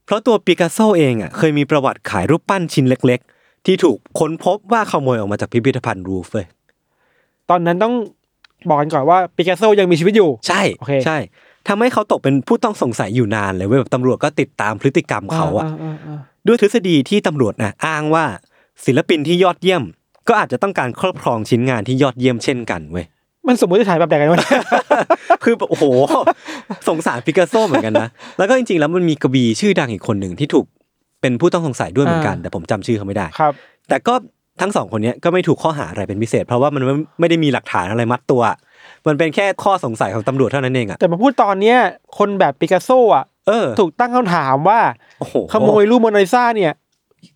Speaker 2: เพราะตัวปิกัสโซเองอ่ะเคยมีประวัติขายรูปปั้นชิ้นเล็ก ๆ ที่ถูกค้นพบว่าขโมยออกมาจากพิพิธภัณฑ์รูฟเว้ย
Speaker 3: ตอนนั้นต้องบอกกันก่อนว่าปิกัสโซยังมีชีวิตอยู่
Speaker 2: ใช่
Speaker 3: โอเค
Speaker 2: ใช่ทำให้เขาตกเป็นผู้ต้องสงสัยอยู่นานเลยเว้ยแบบตำรวจก็ติดตามพฤติกรรมเขาอ่ะ
Speaker 3: า
Speaker 2: ด้วยทฤษฎีที่ตำรวจนะอ้างว่าศิลปินที่ยอดเยี่ยม ก็อาจจะต้องการครอบครองชิ้นงานที่ยอดเยี่ยมเช่นกันเว้ย [LAUGHS]
Speaker 3: มันสมมติฐานแบบไหนกันวะ
Speaker 2: คือแบบโอ้โห สงสารปิกัสโซเหมือนกันนะ แล้วก็จริงๆ แล้วมันมีกวีชื่อดังอีกคนหนึ่งที่ถูกเป็นผู้ต้องสงสัยด้วยเหมือนกัน
Speaker 3: อ่า
Speaker 2: แต่ผมจำชื่อเขาไม่ได้
Speaker 3: ครับ
Speaker 2: แต่ก็ทั้งสองคนเนี้ยก็ไม่ถูกข้อหาอะไรเป็นพิเศษ เพราะว่ามันไม่ไม่ได้มีหลักฐานอะไรมัดตัว มันเป็นแค่ข้อสงสัยของตำรวจเท่านั้นเองอะ
Speaker 3: แต่มาพูดตอนเนี้ยคนแบบปิกัสโซอ่ะ
Speaker 2: เออ
Speaker 3: ถูกตั้งคำถามว่า
Speaker 2: โอ้โห
Speaker 3: ขโมยรูปโมนาลิซาเนี่ย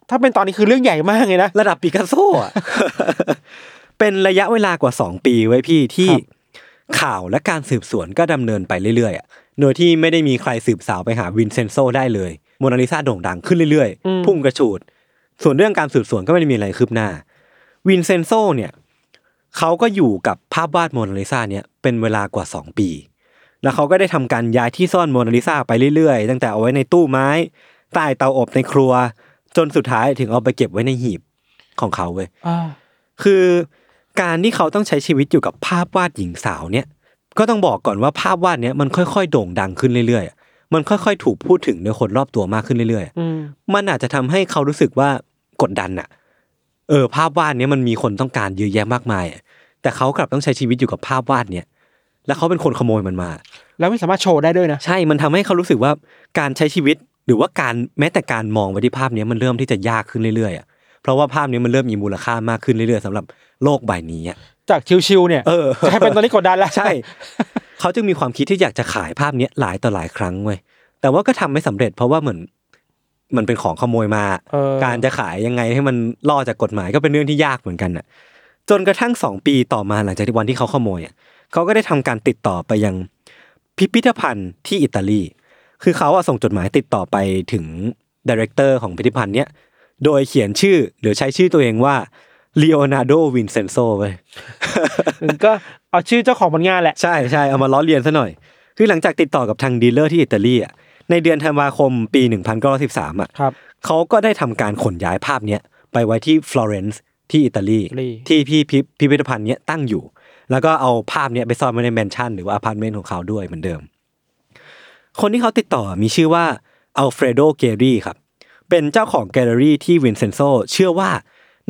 Speaker 3: ถ้าเป็นตอนนี้คือเรื่องใหญ่มากเลยนะ
Speaker 2: ระดับปิกัสโซอะ [LAUGHS] เป็นระยะเวลากว่าสองปีไว้พี่ที่
Speaker 3: ครับ
Speaker 2: ข่าวและการสืบสวนก็ดำเนินไปเรื่อยๆอะโดยที่ไม่ได้มีใครสืบสาวไปหาวินเซนโซได้เลยโมนาลิซาโด่งดังขึ้นเรื่อยๆ พุ่งกระฉูด ส่วนเรื่องการสืบสวนก็ไม่ได้มีอะไรคืบหน้า วินเซนโซเนี่ยเขาก็อยู่กับภาพวาดโมนาลิซาเนี่ยเป็นเวลากว่า 2 ปี แล้วเขาก็ได้ทำการย้ายที่ซ่อนโมนาลิซาไปเรื่อยๆ ตั้งแต่เอาไว้ในตู้ไม้ ใต้เตาอบในครัว จนสุดท้ายถึงเอาไปเก็บไว้ในหีบของเขาเว้ย
Speaker 3: อ่า
Speaker 2: คือการที่เขาต้องใช้ชีวิตอยู่กับภาพวาดหญิงสาวเนี่ย ก็ต้องบอกก่อนว่าภาพวาดเนี่ยมันค่อยๆ โด่งดังขึ้นเรื่อยๆ มันค่อยๆ ถูกพูดถึงในคนรอบตัวมากขึ้นเรื่อย
Speaker 3: อืม
Speaker 2: ๆ มันอาจจะทำให้เขารู้สึกว่ากดดันอะเออ ภาพวาดเนี่ยมันมีคนต้องการเยอะแยะมากมายอะแต่เขากลับต้องใช้ชีวิตอยู่กับภาพวาดเนี่ย แล้วเขาเป็นคนขโมยมันมา
Speaker 3: แล้วไม่สามารถโชว์ได้ด้วยนะ
Speaker 2: ใช่ มันทำให้เขารู้สึกว่าการใช้ชีวิตหรือว่าการแม้แต่การมองไปที่ภาพเนี้ยมันเริ่มที่จะยากขึ้นเรื่อยๆอะเพราะว่าภาพเนี้ยมันเริ่มมีมูลค่ามากขึ้นเรื่อยๆสำหรับโลกใบนี้อะ
Speaker 3: จากชิวๆเนี่ย
Speaker 2: เออ
Speaker 3: จะให้เป็นตอนนี้กดดันแล้ว
Speaker 2: ใช่ เขาจึงมีความคิดที่อยากจะขายภาพเนี้ยหลายต่อหลายครั้งเว้ย แต่ว่าก็ทำไม่สำเร็จเพราะว่าเหมือนมันเป็นของขโมยมา
Speaker 3: เออ
Speaker 2: การจะขายยังไงให้มันล่อจากกฎหมายก็เป็นเรื่องที่ยากเหมือนกันน่ะ จนกระทั่งสองปีต่อมาหลังจากที่วันที่เขาขโมยอ่ะเขาก็ได้ทำการติดต่อไปยังพิพิธภัณฑ์ที่อิตาลี คือเขาอะส่งจดหมายติดต่อไปถึงดีเรคเตอร์ของพิพิธภัณฑ์เนี้ย โดยเขียนชื่อหรือใช้ชื่อตัวเองว่าเลโอนาร์โดวินเซนโซเว้ย
Speaker 3: มันก็เอาชื่อเจ้าของผลงานแหละ
Speaker 2: ใช่ใช่เอามาล้อเลียนซะหน่อย คือหลังจากติดต่อกับทางดีลเลอร์ที่อิตาลีอ่ะในเดือนธันวาคมปี 1913อ่ะ
Speaker 3: ครับ
Speaker 2: เขาก็ได้ทำการขนย้ายภาพเนี้ยไปไว้ที่ฟลอเรนซ์ที่อิตาลี
Speaker 3: อิตาลี
Speaker 2: ที่พี่พิพิพิธภัณฑ์เนี้ยตั้งอยู่ แล้วก็เอาภาพเนี้ยไปซ่อนไว้ในแมนชั่นหรือว่าอพาร์ตเมนต์ของเขาด้วยเหมือนเดิม คนที่เขาติดต่อมีชื่อว่าอัลเฟรโดเกรีครับ เป็นเจ้าของแกลเลอรี่ที่วินเซนโซเชื่อว่า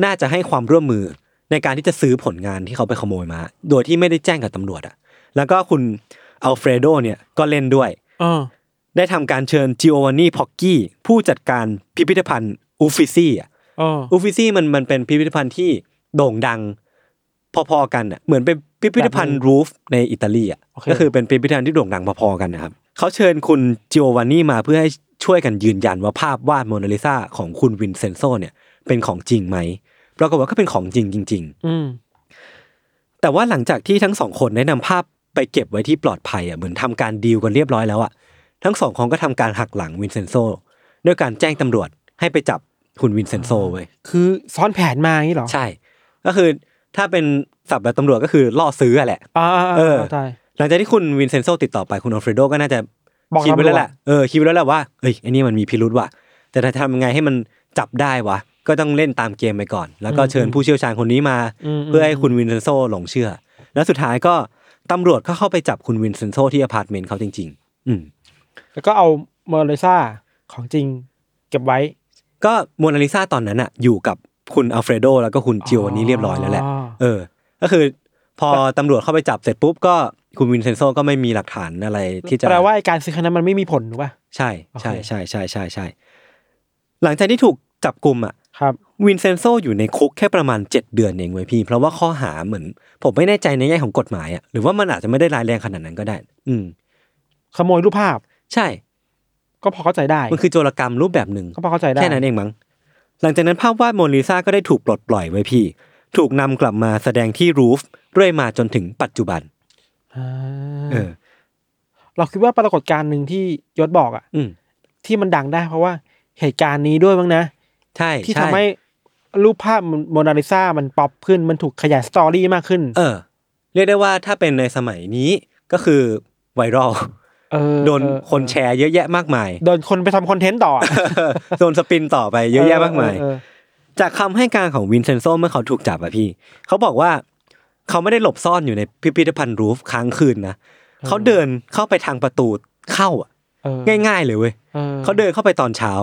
Speaker 2: น่าจะให้ความร่วมมือในการที่จะซื้อผลงานที่เขาไปขโมยมา โดยที่ไม่ได้แจ้งกับตำรวจอะแล้วก็คุณอัลเฟรโดเนี่ยก็เล่นด้วย
Speaker 3: เออ
Speaker 2: ได้ทำการเชิญจิโอวานนี่พ็อกกี้ผู้จัดการพิพิธภัณฑ์อูฟิซี่อะ
Speaker 3: เออ
Speaker 2: อูฟิซี่มันมันเป็นพิพิธภัณฑ์ที่โด่งดังพอๆกันอ่ะเหมือนเป็นพิพิธภัณฑ์รูฟในอิตาลีอ่ะก็คือเป็นพิพิธภัณฑ์ที่โด่งดังพอๆกันนะครับเขาเชิญคุณจิโอวานนี่มาเพื่อให้ช่วยกันยืนยันว่าภาพวาดโมนาลิซาของคุณวินเซนโซเนี่ยเป็นของจริงไหมปรากฏว่าก็เป็นของจริงจริง
Speaker 3: อืม
Speaker 2: ๆ แต่ว่าหลังจากที่ทั้งสองคนได้นำภาพไปเก็บไว้ที่ปลอดภัยอ่ะเหมือนทำการดีลกันเรียบร้อยแล้วอ่ะทั้งสองคนก็ทำการหักหลังวินเซนโซด้วยการแจ้งตำรวจให้ไปจับคุณวินเซนโซเว้ย
Speaker 3: คือซ้อนแผนมาอย่างนี้เหรอ
Speaker 2: ใช่ ก็คือถ้าเป็นศัพท์แบบตำรวจก็คือล่อซื้ออะแหละ
Speaker 3: อ่าๆๆ
Speaker 2: เออ
Speaker 3: ข้าใจ
Speaker 2: หลังจากที่คุณวินเซนโซติดต่อไปคุณอัลเฟรโดก็น่าจะ
Speaker 3: บอก
Speaker 2: คิดไว้
Speaker 3: ตำรวจ
Speaker 2: แล้วแหละเออคิดไว้แล้วแหละว่าเอ้ยไอ้นี่มันมีพิรุษว่ะแต่จะทำยังไงให้มันจับได้วะก็ต้องเล่นตามเกมไปก่อน แล้วก็เชิญผู้เชี่ยวชาญคนนี้มา เพื่อให้คุณวินเซนโซหลงเชื่อ แล้วสุดท้ายก็ตำรวจก็เข้าไปจับคุณวินเซนโซที่อพาร์ตเมนต์เขาจริง ๆ อืม
Speaker 3: แล้วก็เอาโมนาลิซาของจริงเก็บไว้
Speaker 2: ก็โมนาลิซาตอนนั้นอะอยู่กับคุณอัลเฟรโดแล้วก็คุณจิโอนี่เรียบร้อยแล้วแหละ
Speaker 3: อ๋อ
Speaker 2: เออ ก็คือพอตำรวจเข้าไปจับเสร็จปุ๊บก็คุณวินเซนโซก็ไม่มีหลักฐานอะไรที่จะ
Speaker 3: แปลว่าไอ้การซื้อครั้งนั้นมันไม่มีผลหรือเปล่า
Speaker 2: ใช่ใช่
Speaker 3: โอเค
Speaker 2: ใช่ใช่ใช่ใช่ หลังจากที่ถูกจับกลุ่มอ่ะ
Speaker 3: ครับ
Speaker 2: วินเซนโซอยู่ในคุกแค่ประมาณ 7 เดือนเองเว้ยพี่ เพราะว่าข้อหาเหมือน ผมไม่แน่ใจในแง่ของกฎหมายอ่ะหรือว่ามันอาจจะไม่ได้ร้ายแรงขนาดนั้นก็ได้ อืม
Speaker 3: ขโมยรูปภาพ
Speaker 2: ใช่
Speaker 3: ก็พอเข้าใจได้
Speaker 2: มันคือโจรกรรมรูปแบบหนึ่ง
Speaker 3: ก็พอเข้าใจได้
Speaker 2: แค่นั้นเองมั้ง หลังจากนั้นภาพวาดโมนาลิซาก็ได้ถูกปลดปล่อยไว้พี่ ถูกนำกลับมาแสดงที่รูฟเรื่อยมาจนถึงปัจจุบัน
Speaker 3: อ่า
Speaker 2: เออ
Speaker 3: เราคิดว่าปรากฏการณ์หนึ่งที่ยศบอกอ่ะ
Speaker 2: อืม
Speaker 3: ที่มันดังได้เพราะว่าเหตุการณ์นี้ด้วยมั้งนะ
Speaker 2: ใช่
Speaker 3: ที่ทำ
Speaker 2: ช่
Speaker 3: ให้รูปภาพโมนาลิซามันป๊อปขึ้นมันถูกขยายสตอรี่มากขึ้น
Speaker 2: เออ เรียกได้ว่าถ้าเป็นในสมัยนี้ก็คือไวรัล
Speaker 3: เออ
Speaker 2: โดน
Speaker 3: เออ
Speaker 2: คนแชร์เยอะแยะมากมาย
Speaker 3: โดนคนไปทำคอนเทนต์ต่ออะ
Speaker 2: โดนสปินต่อไปเยอะแยะมากมาย
Speaker 3: เออเออเออ
Speaker 2: จากคำให้การของวินเซนโซเมื่อเขาถูกจับอะพี่ เขาบอกว่า เขาไม่ได้หลบซ่อนอยู่ในพิพิธภัณฑ์รูฟค้างคืนนะเขาเดินเข้าไปทางประตูเข้าอะ
Speaker 3: เออ
Speaker 2: ง่าย ๆ เลยเว้ย
Speaker 3: ออ
Speaker 2: เขาเดินเข้าไปตอนเช้า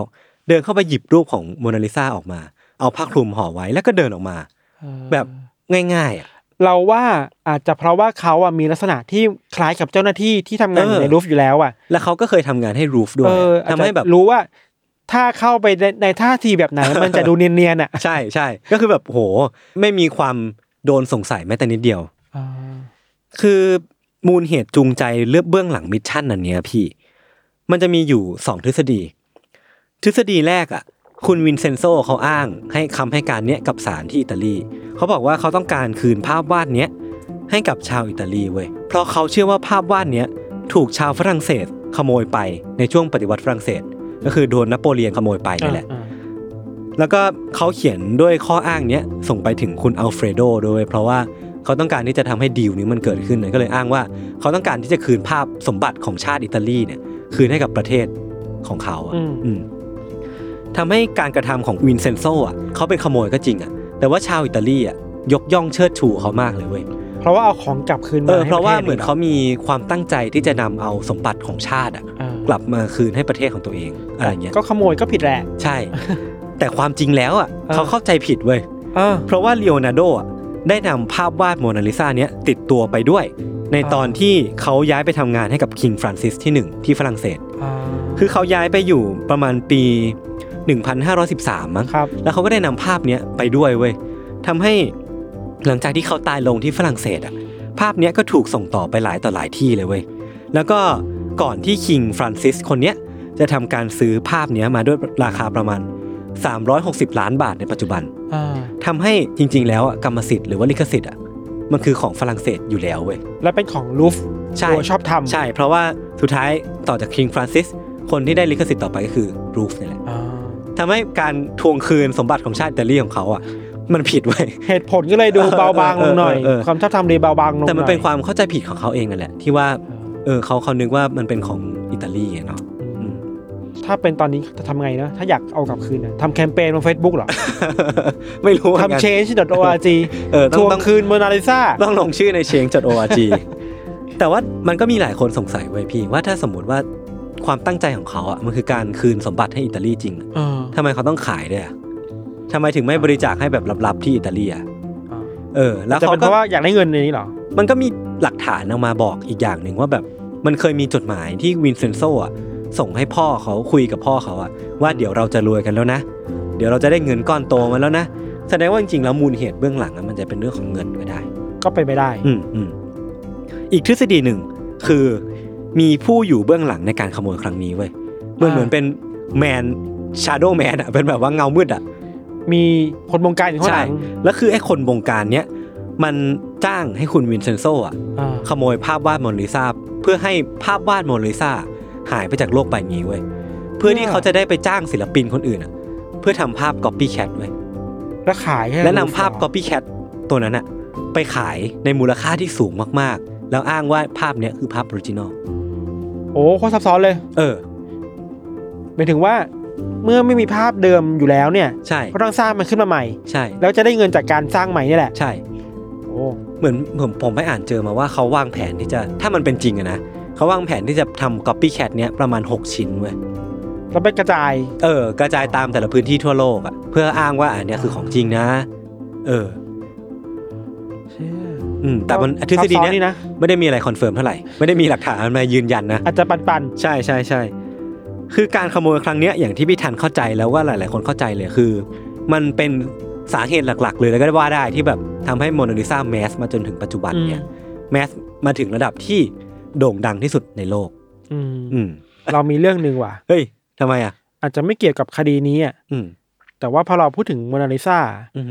Speaker 2: เดินเข้าไปหยิบรูปของโมนาลิซาออกมา เอาผ้าคลุมห่อไว้แล้วก็เดินออกมา
Speaker 3: เออ
Speaker 2: แบบง่ายๆอ่ะ
Speaker 3: เราว่าอาจจะเพราะว่าเขาอะมีลักษณะที่คล้ายกับเจ้าหน้าที่ที่ทำงานอ
Speaker 2: เอยู่อ
Speaker 3: ในรูฟอยู่แล้วอ่ะ
Speaker 2: แล้วเขาก็เคยทำงานให้รูฟด้ว
Speaker 3: เอย ออาจ
Speaker 2: ทำ
Speaker 3: จะ
Speaker 2: ให้แบบ
Speaker 3: รู้ว่า ถ้าเข้าไปในในท่าทีแบบไหน มันจะดูเนียนๆอ่ะ
Speaker 2: ใช่ใช่ก็คือแบบโห ไม่มีความโดนสงสัยแม้แต่นิดเดียว
Speaker 3: เออ
Speaker 2: คือมูลเหตุจูงใจเลือกเบื้องหลังมิชชั่นอันเนี้ยพี่ มันจะมีอยู่สองทฤษฎี ทฤษฎีแรกอ่ะ คุณวินเซนโซเขาอ้าง ให้คำให้การเนี้ยกับศาลที่อิตาลี เขาบอกว่าเขาต้องการคืนภาพวาดเนี้ยให้กับชาวอิตาลีเว้ย เพราะเขาเชื่อว่าภาพวาดเนี้ยถูกชาวฝรั่งเศส ขโมยไปในช่วงปฏิวัติฝรั่งเศส ก็คือโดนนโปเลียนขโมยไปนี่แหละ
Speaker 3: เออ
Speaker 2: แล้วก็เขาเขียนด้วยข้ออ้างเนี้ยส่งไปถึงคุณอัลเฟรโดด้วย เพราะว่าเขาต้องการที่จะทำให้ดีลนี้มันเกิดขึ้นนะก็เลยอ้างว่า เขาต้องการที่จะคืนภาพสมบัติของชาติอิตาลีเนี่ยคืนให้กับประเทศของเขาอ่ะอืมทำให้การกระทำของวินเซนโซอ่ะเขาเป็นขโมยก็จริงอ่ะแต่ว่าชาวอิตาลีอ่ะยกย่องเชิดชูเขามากเลยเว้ย
Speaker 3: เพราะว่าเอาของกลับคืนมา
Speaker 2: เออเพราะว่า
Speaker 3: ใปทศ
Speaker 2: เหมือนเขามีความตั้งใจที่จะนำเอาสมบัติของชาติอ่ะ
Speaker 3: เออก
Speaker 2: ลับมาคืนให้ประเทศของตัวเองอะไรเงี้ย
Speaker 3: ก็ขโมยก็ผิดแหละ
Speaker 2: ใช่ [LAUGHS] แต่ความจริงแล้วอ่ะ
Speaker 3: เออ
Speaker 2: เขาเข้าใจผิดเว้ย
Speaker 3: เออ
Speaker 2: เพราะว่าเลโอนาร์โดอ่ะได้นำภาพวาดโมนาลิซาเนี้ยติดตัวไปด้วย ในตอนที่เขาย้ายไปทำงานให้กับคิงฟรานซิสที่ 1 ที่ฝรั่งเศส
Speaker 3: อ่า
Speaker 2: คือเขาย้ายไปอยู่ประมาณปี 1513 มั้ง
Speaker 3: ครับ
Speaker 2: แล้วเขาก็ได้นำภาพเนี้ยไปด้วยเว้ยทำให้หลังจากที่เขาตายลงที่ฝรั่งเศสอ่ะภาพเนี้ยก็ถูกส่งต่อไปหลายต่อหลายที่เลยเว้ยแล้วก็ก่อนที่คิงฟรานซิสคนเนี้ยจะทำการซื้อภาพเนี้ยมาด้วยราคาประมาณ 360 ล้านบาทในปัจจุบัน
Speaker 3: อ่า
Speaker 2: ทำให้จริง ๆ แล้วอะกรรมสิทธิ์หรือว่าลิขสิทธิ์อ่ะมันคือของฝรั่งเศสอยู่แล้วเว้ย
Speaker 3: และเป็นของลูฟ
Speaker 2: ใช่
Speaker 3: ตัวชอบทำ
Speaker 2: ใช่เพราะว่าสุดท้ายต่อจากคิงฟรานซิสคนที่ได้ลิขสิทธิ์ต่อไปก็คือรูฟนี่แหละ
Speaker 3: อ่า
Speaker 2: ทำให้การทวงคืนสมบัติของชาติอิตาลีของเขาอ่ะมันผิดเว้ย
Speaker 3: เหตุผลก็เลยดูเบาบางลงหน่อย
Speaker 2: เออเออเออ
Speaker 3: ความชอบทำเลยเบาบางลงหน่อย
Speaker 2: แต่มันเป็นความเข้าใจผิดของเขาเองนั่นแหละ ที่ว่าเออเขาเขานึกว่ามันเป็นของอิตาลีอะเนาะอืม
Speaker 3: ถ้าเป็นตอนนี้จะทำไงนะ ถ้าอยากเอากลับคืนนะทำแคมเปญบน Facebook เหรอ
Speaker 2: [LAUGHS] ไม่รู้ว่า
Speaker 3: ทำ
Speaker 2: งั้น
Speaker 3: change.org
Speaker 2: เออต้
Speaker 3: ท
Speaker 2: อง
Speaker 3: วง
Speaker 2: ต้อง
Speaker 3: คืนโมนาลิซา
Speaker 2: ต้องลงชื่อในเชงจด org [LAUGHS] แต่ว่ามันก็มีหลายคนสงสัยเว้ยพี่ ว่าถ้าสมมติว่าความตั้งใจของเขาอ่ะมันคือการคืนสมบัติให้อิตาลีจริงอะ
Speaker 3: เออ
Speaker 2: ทำไมเขาต้องขายด้วยอะทำไมถึงไม่บริจาคให้แบบลับๆที่อิตาลีอ่ะเออ แล้ว
Speaker 3: จะ
Speaker 2: เขา
Speaker 3: เป็นเพ
Speaker 2: ก็
Speaker 3: ราะว่าอยากได้เงินในนี้เหรอ
Speaker 2: มันก็มีหลักฐานออกมาบอกอีกอย่างหนึ่งว่าแบบมันเคยมีจดหมายที่วินเซนโซอ่ะส่งให้พ่อเขาคุยกับพ่อเขาอ่ะว่าเดี๋ยวเราจะรวยกันแล้วนะ เดี๋ยวเราจะได้เงินก้อนโตมาแล้วนะแสดงว่าจริงๆแล้วมูลเหตุเบื้องหลังอะมันจะเป็นเรื่องของเงินก็ได้
Speaker 3: ก็ไปนไม่ได้
Speaker 2: อืมอืมอีกทฤษฎีหนึ่งคือมีผู้อยู่เบื้องหลังในการขโมยครั้งนี้เว้ยมันเหมือนเป็นแมนชาโดว์แมนอะเป็นแบบว่าเงามืดอะ
Speaker 3: มีคนบงการอยู่ข้างห
Speaker 2: ใช่
Speaker 3: ลัง
Speaker 2: แล้วคือไอ้คนบงการเนี้ยมันจ้างให้คุณวินเซนโซอะ
Speaker 3: อ่า
Speaker 2: ขโมยภาพวาดโมนาลิซาเพื่อให้ภาพวาดโมนาลิซาหายไปจากโลกใบนี้เว้ยเพื่อที่เขาจะได้ไปจ้างศิลปินคนอื่นอะเพื่อทำภาพ copycat เว้ย
Speaker 3: แล้วขายให้
Speaker 2: และนำภาพ
Speaker 3: ลูฟเหรอ
Speaker 2: copycat ตัวนั้นอะไปขายในมูลค่าที่สูงมากๆ แล้วอ้างว่าภาพเนี้ยคือภาพออริจินอล
Speaker 3: โอ้โคตรซับซ้อนเลย
Speaker 2: เออ
Speaker 3: หมายถึงว่า เมื่อไม่มีภาพเดิมอยู่แล้วเนี่ย
Speaker 2: ใช่
Speaker 3: ก็ต้องสร้างมันขึ้นมาใหม่
Speaker 2: ใช่
Speaker 3: แล้วจะได้เงินจากการสร้างใหม่นี่แหละ
Speaker 2: ใช่
Speaker 3: โอ้
Speaker 2: เหมือนผมผมไปอ่านเจอมาว่าเขาวางแผนที่จะถ้ามันเป็นจริงอะนะเขาวางแผนที่จะทำ copycat เนี้ยประมาณ 6 ชิ้นเว้ย
Speaker 3: แล้วไปกระจาย
Speaker 2: เออ กระจายตามแต่ละพื้นที่ทั่วโลกอะเพื่ออ้างว่าอันเนี้ยคือของจริงนะ เออ อืมแต่มันทฤษฎี
Speaker 3: ซับซ้อนนี่
Speaker 2: เนี้ย
Speaker 3: นะ
Speaker 2: ไม่ได้มีอะไรคอนเฟิร์มเท่าไหร่ไม่ได้มีหลักฐานมายืนยันนะ
Speaker 3: อาจจะปันๆ
Speaker 2: ใช่ใช่ใช่ คือการขโมยครั้งเนี้ยอย่างที่พี่ทันเข้าใจแล้วว่าหลาย ๆ คนเข้าใจเลยคือ มันเป็นสาเหตุหลัก ๆ เลยแล้วก็ว่าได้ที่แบบทำให้โมนาลิซาแมสมาจนถึงปัจจุบันเนี่ยแมสมาถึงระดับที่โด่งดังที่สุดในโลก
Speaker 3: อืม
Speaker 2: อืม
Speaker 3: เรามีเรื่องหนึ่งว่ะ
Speaker 2: เฮ้ยทำไมอ่ะ
Speaker 3: อาจจะไม่เกี่ยวกับคดีนี้อ่ะ
Speaker 2: อืม
Speaker 3: แต่ว่าพอเราพูดถึงโมนาลิซา
Speaker 2: อืม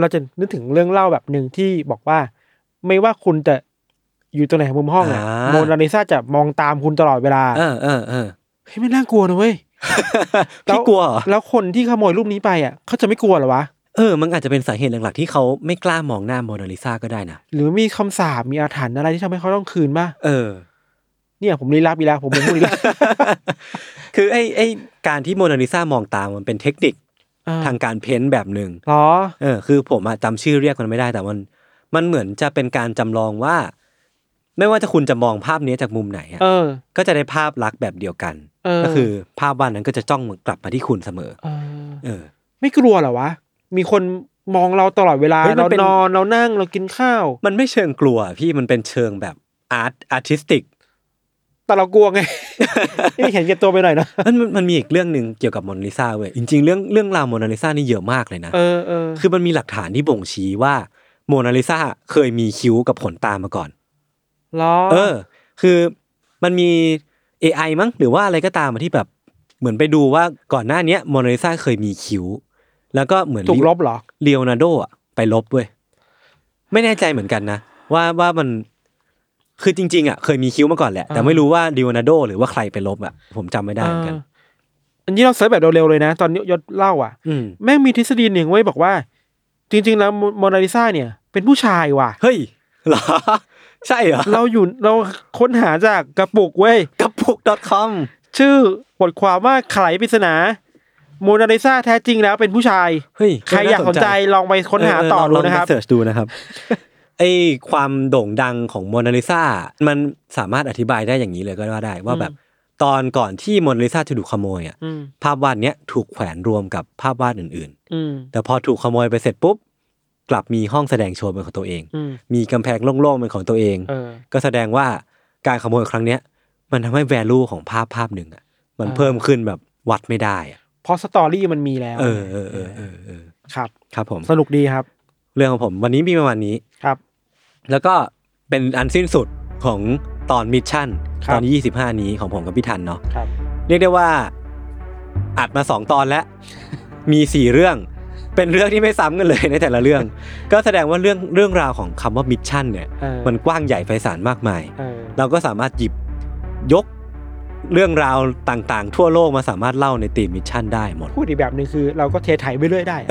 Speaker 3: เราจะนึกถึงเรื่องเล่าแบบหนึ่งที่บอกว่า ไม่ว่าคุณจะอยู่ตรงไหนของมุมห้องอ่ะโมนาลิซาจะมองตามคุณตลอดเวลา
Speaker 2: เออเออเออ
Speaker 3: เฮ้ยไม่น่ากลัวนะเว้ย
Speaker 2: [LAUGHS] พี่กลัวเหรอ
Speaker 3: แล้วคนที่ขโมยรูปนี้ไปอ่ะเขาจะไม่กลัวเหรอวะ
Speaker 2: เออ มันอาจจะเป็นสาเหตุหลัก ๆ ที่เขาไม่กล้ามองหน้าโมนาลิซาก็ได้นะ
Speaker 3: หรือมีคำสาปมีอาถรรพ์อะไรที่ทำให้เขาต้องคืนป่ะ
Speaker 2: เออ
Speaker 3: เนี่ยผมลี้ลับอีกแล้วผมเป็นผู้ลี้ลับ
Speaker 2: [LAUGHS] คือไอ้ไอ้การที่โมนาลิซามองตามมันเป็นเทคนิค
Speaker 3: อ่
Speaker 2: ทางการเพ้นท์แบบหนึ่ง
Speaker 3: เหรอ
Speaker 2: เออคือผมอะจำชื่อเรียกมันไม่ได้แต่มัน มันเหมือนจะเป็นการจำลองว่า ไม่ว่าจะคุณจะมองภาพนี้จากมุมไหนอะ
Speaker 3: เออ
Speaker 2: ก็จะได้ภาพลักษณ์แบบเดียวกัน
Speaker 3: เออ
Speaker 2: ก็คือภาพวาดนั้นก็จะจ้องกลับมาที่คุณเสมอ
Speaker 3: เออ
Speaker 2: เออ
Speaker 3: ไม่กลัวเหรอวะ มีคนมองเราตลอดเวลา
Speaker 2: เฮ้ยมัน
Speaker 3: เรา
Speaker 2: เป็น
Speaker 3: นอนเรานั่งเรากินข้าว
Speaker 2: มันไม่เชิงกลัวพี่มันเป็นเชิงแบบอาร์ตอาร์ติสติก
Speaker 3: แต่เรากลัวไง [LAUGHS] นี่เห็นแก่ตัวไปหน่อยเนอะ
Speaker 2: มันมันมันมีอีกเรื่องหนึ่งเกี่ยวกับโมนาลิซาเว้ยจริงๆเรื่องเรื่องราวโมนาลิซานี่เยอะมากเลยนะ
Speaker 3: เออเออ
Speaker 2: คือมันมีหลักฐานที่บ่งชี้ว่าโมนาลิซาเคยมีคิ้วกับขนตามาก่อน
Speaker 3: เหรอ
Speaker 2: เออ คือมันมี AI มั้งหรือว่าอะไรก็ตามอะที่แบบ เหมือนไปดูว่าก่อนหน้าเนี้ยโมนาลิซาเคยมีคิ้ว แล้วก็เหมือน
Speaker 3: ถูกลบเหรอ
Speaker 2: เลโอนาร์โดอะไปลบเว้ย ไม่แน่ใจเหมือนกันนะ ว่าว่ามันคือจริง ๆ อ่ะ เคยมีคิ้วมาก่อนแหละ แต่
Speaker 3: อ่า
Speaker 2: ไม่รู้ว่าเลโอนาร์โดหรือว่าใครไปลบอ่ะ ผมจำไม่ได้เหมือนกัน
Speaker 3: เอออันนี้เราเสิร์ชแบบเร็วๆเลยนะ ตอนนี้ยศเล่าอ่ะ
Speaker 2: อืม
Speaker 3: แม่งมีทฤษฎีหนึ่งไว้ยบอกว่า จริง ๆ แล้วโมนาลิซาเนี่ย เป็นผู้ชาย
Speaker 2: [LAUGHS]
Speaker 3: ว่ะ
Speaker 2: เฮ้ยเหรอ ใช่เหรอ
Speaker 3: เราอยู่เราค้นหาจากกระปุกเว้ย
Speaker 2: กระปุก .com
Speaker 3: ชื่อบทความว่าไขปริศนาโมนาลิซาแท้จริงแล้วเป็นผู้ชาย
Speaker 2: เฮ้ย
Speaker 3: ใครอยากสนใจลองไปค้นหาต่อ
Speaker 2: เลง
Speaker 3: ดู
Speaker 2: ลง
Speaker 3: นะครับ
Speaker 2: ไปเสิร์ชดู
Speaker 3: [LAUGHS]
Speaker 2: นะครับ ไอความโด่งดังของโมนาลิซามันสามารถอธิบายได้อย่างนี้เลยก็ว่าได้ ว่าแบบตอนก่อนที่โมนาลิซาจะถูกขโมยอ่ะ
Speaker 3: อืม
Speaker 2: ภาพวาดเนี้ยถูกแขวนรวมกับภาพวาดอื่น
Speaker 3: อืม
Speaker 2: ๆ แต่พอถูกขโมยไปเสร็จปุ๊บ กลับมีห้องแสดงโชว์เป็นของตัวเอง
Speaker 3: อืม
Speaker 2: มีกำแพงโล่งๆเป็นของตัวเอง
Speaker 3: เออ
Speaker 2: ก็แสดงว่าการขโมยครั้งเนี้ย มันทำให้ value ของภาพภาพหนึ่งอ่ะมัน
Speaker 3: อ่า
Speaker 2: เพิ่มขึ้นแบบวัดไม่ได้อะ
Speaker 3: เพราะสตอรี่มันมีแล้ว
Speaker 2: เออเออเออเออเออ
Speaker 3: ครับ
Speaker 2: ครับผม
Speaker 3: สนุกดีครับ
Speaker 2: เรื่องของผมวันนี้มีประมาณนี้
Speaker 3: ครับ
Speaker 2: แล้วก็เป็นอันสิ้นสุดของตอนมิชชั่น
Speaker 3: ครับ
Speaker 2: ตอน 25 นี้ของผมกับพี่ทันเนาะ
Speaker 3: ครับ
Speaker 2: เรียกได้ว่าอัดมา 2 ตอน
Speaker 3: [LAUGHS]
Speaker 2: แล้ว มี 4 เรื่อง เป็นเรื่องที่ไม่ซ้ำกันเลย ในแต่ละเรื่อง ก็แสดงว่าเรื่องเรื่องราวของคำว่ามิชชั่นเนี่ย
Speaker 3: เออ
Speaker 2: มันกว้างใหญ่ไพศาลมากมาย
Speaker 3: เออ
Speaker 2: เราก็สามารถหยิบยกเรื่องราวต่างๆ ทั่วโลกมาสามารถเล่าในตีมมิชชั่นได้หมด [LAUGHS]
Speaker 3: พูดอีกแบบหนึ่งคือ เราก็เทไถไปเรื่อยได้อะ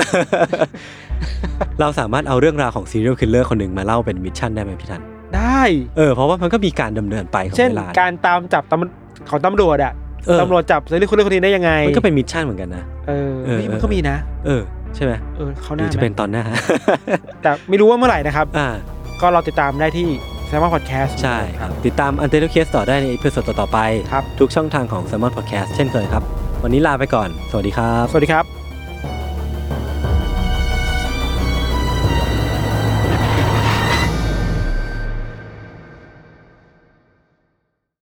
Speaker 2: เราสามารถเอาเรื่องราวของซีเรียลคิลเลอร์คนหนึ่งมาเล่าเป็นมิชชั่นได้ไหมพี่ทัน
Speaker 3: ได้
Speaker 2: เออเพราะว่ามันก็มีการดำเนินไปของ
Speaker 3: เช่น
Speaker 2: เวลา
Speaker 3: การตามจับตำของตำรวจอ่ะ
Speaker 2: เออ
Speaker 3: ตำรวจจับเซรีคนเรื่องคนนี้ได้ยังไง
Speaker 2: มันก็เป็นมิชชั่นเหมือนกันนะ
Speaker 3: เออ
Speaker 2: เออ
Speaker 3: นี่มัน
Speaker 2: เออ
Speaker 3: ก็มีนะ
Speaker 2: เออ ใช่ไหม
Speaker 3: เออเขา
Speaker 2: ห
Speaker 3: ห
Speaker 2: รือ
Speaker 3: น้า
Speaker 2: จะ
Speaker 3: ไหม
Speaker 2: เป็นตอนหน้า
Speaker 3: แต่ไม่รู้ว่าเมื่อไหร่นะครับ
Speaker 2: [LAUGHS] อ่า
Speaker 3: ก็เราติดตามได้ที่แซมมอนพอดแคสต์
Speaker 2: ใช่ครับ ติดตามอันเทอร์เคสต่อได้ในอีพิโซดต่อๆไป
Speaker 3: ครับ
Speaker 2: ทุกช่องทางของ s ซ m o n Podcast เช่นเคยครับ วันนี้ลาไปก่อน สวัสดีครับ
Speaker 3: สวัสดีครับ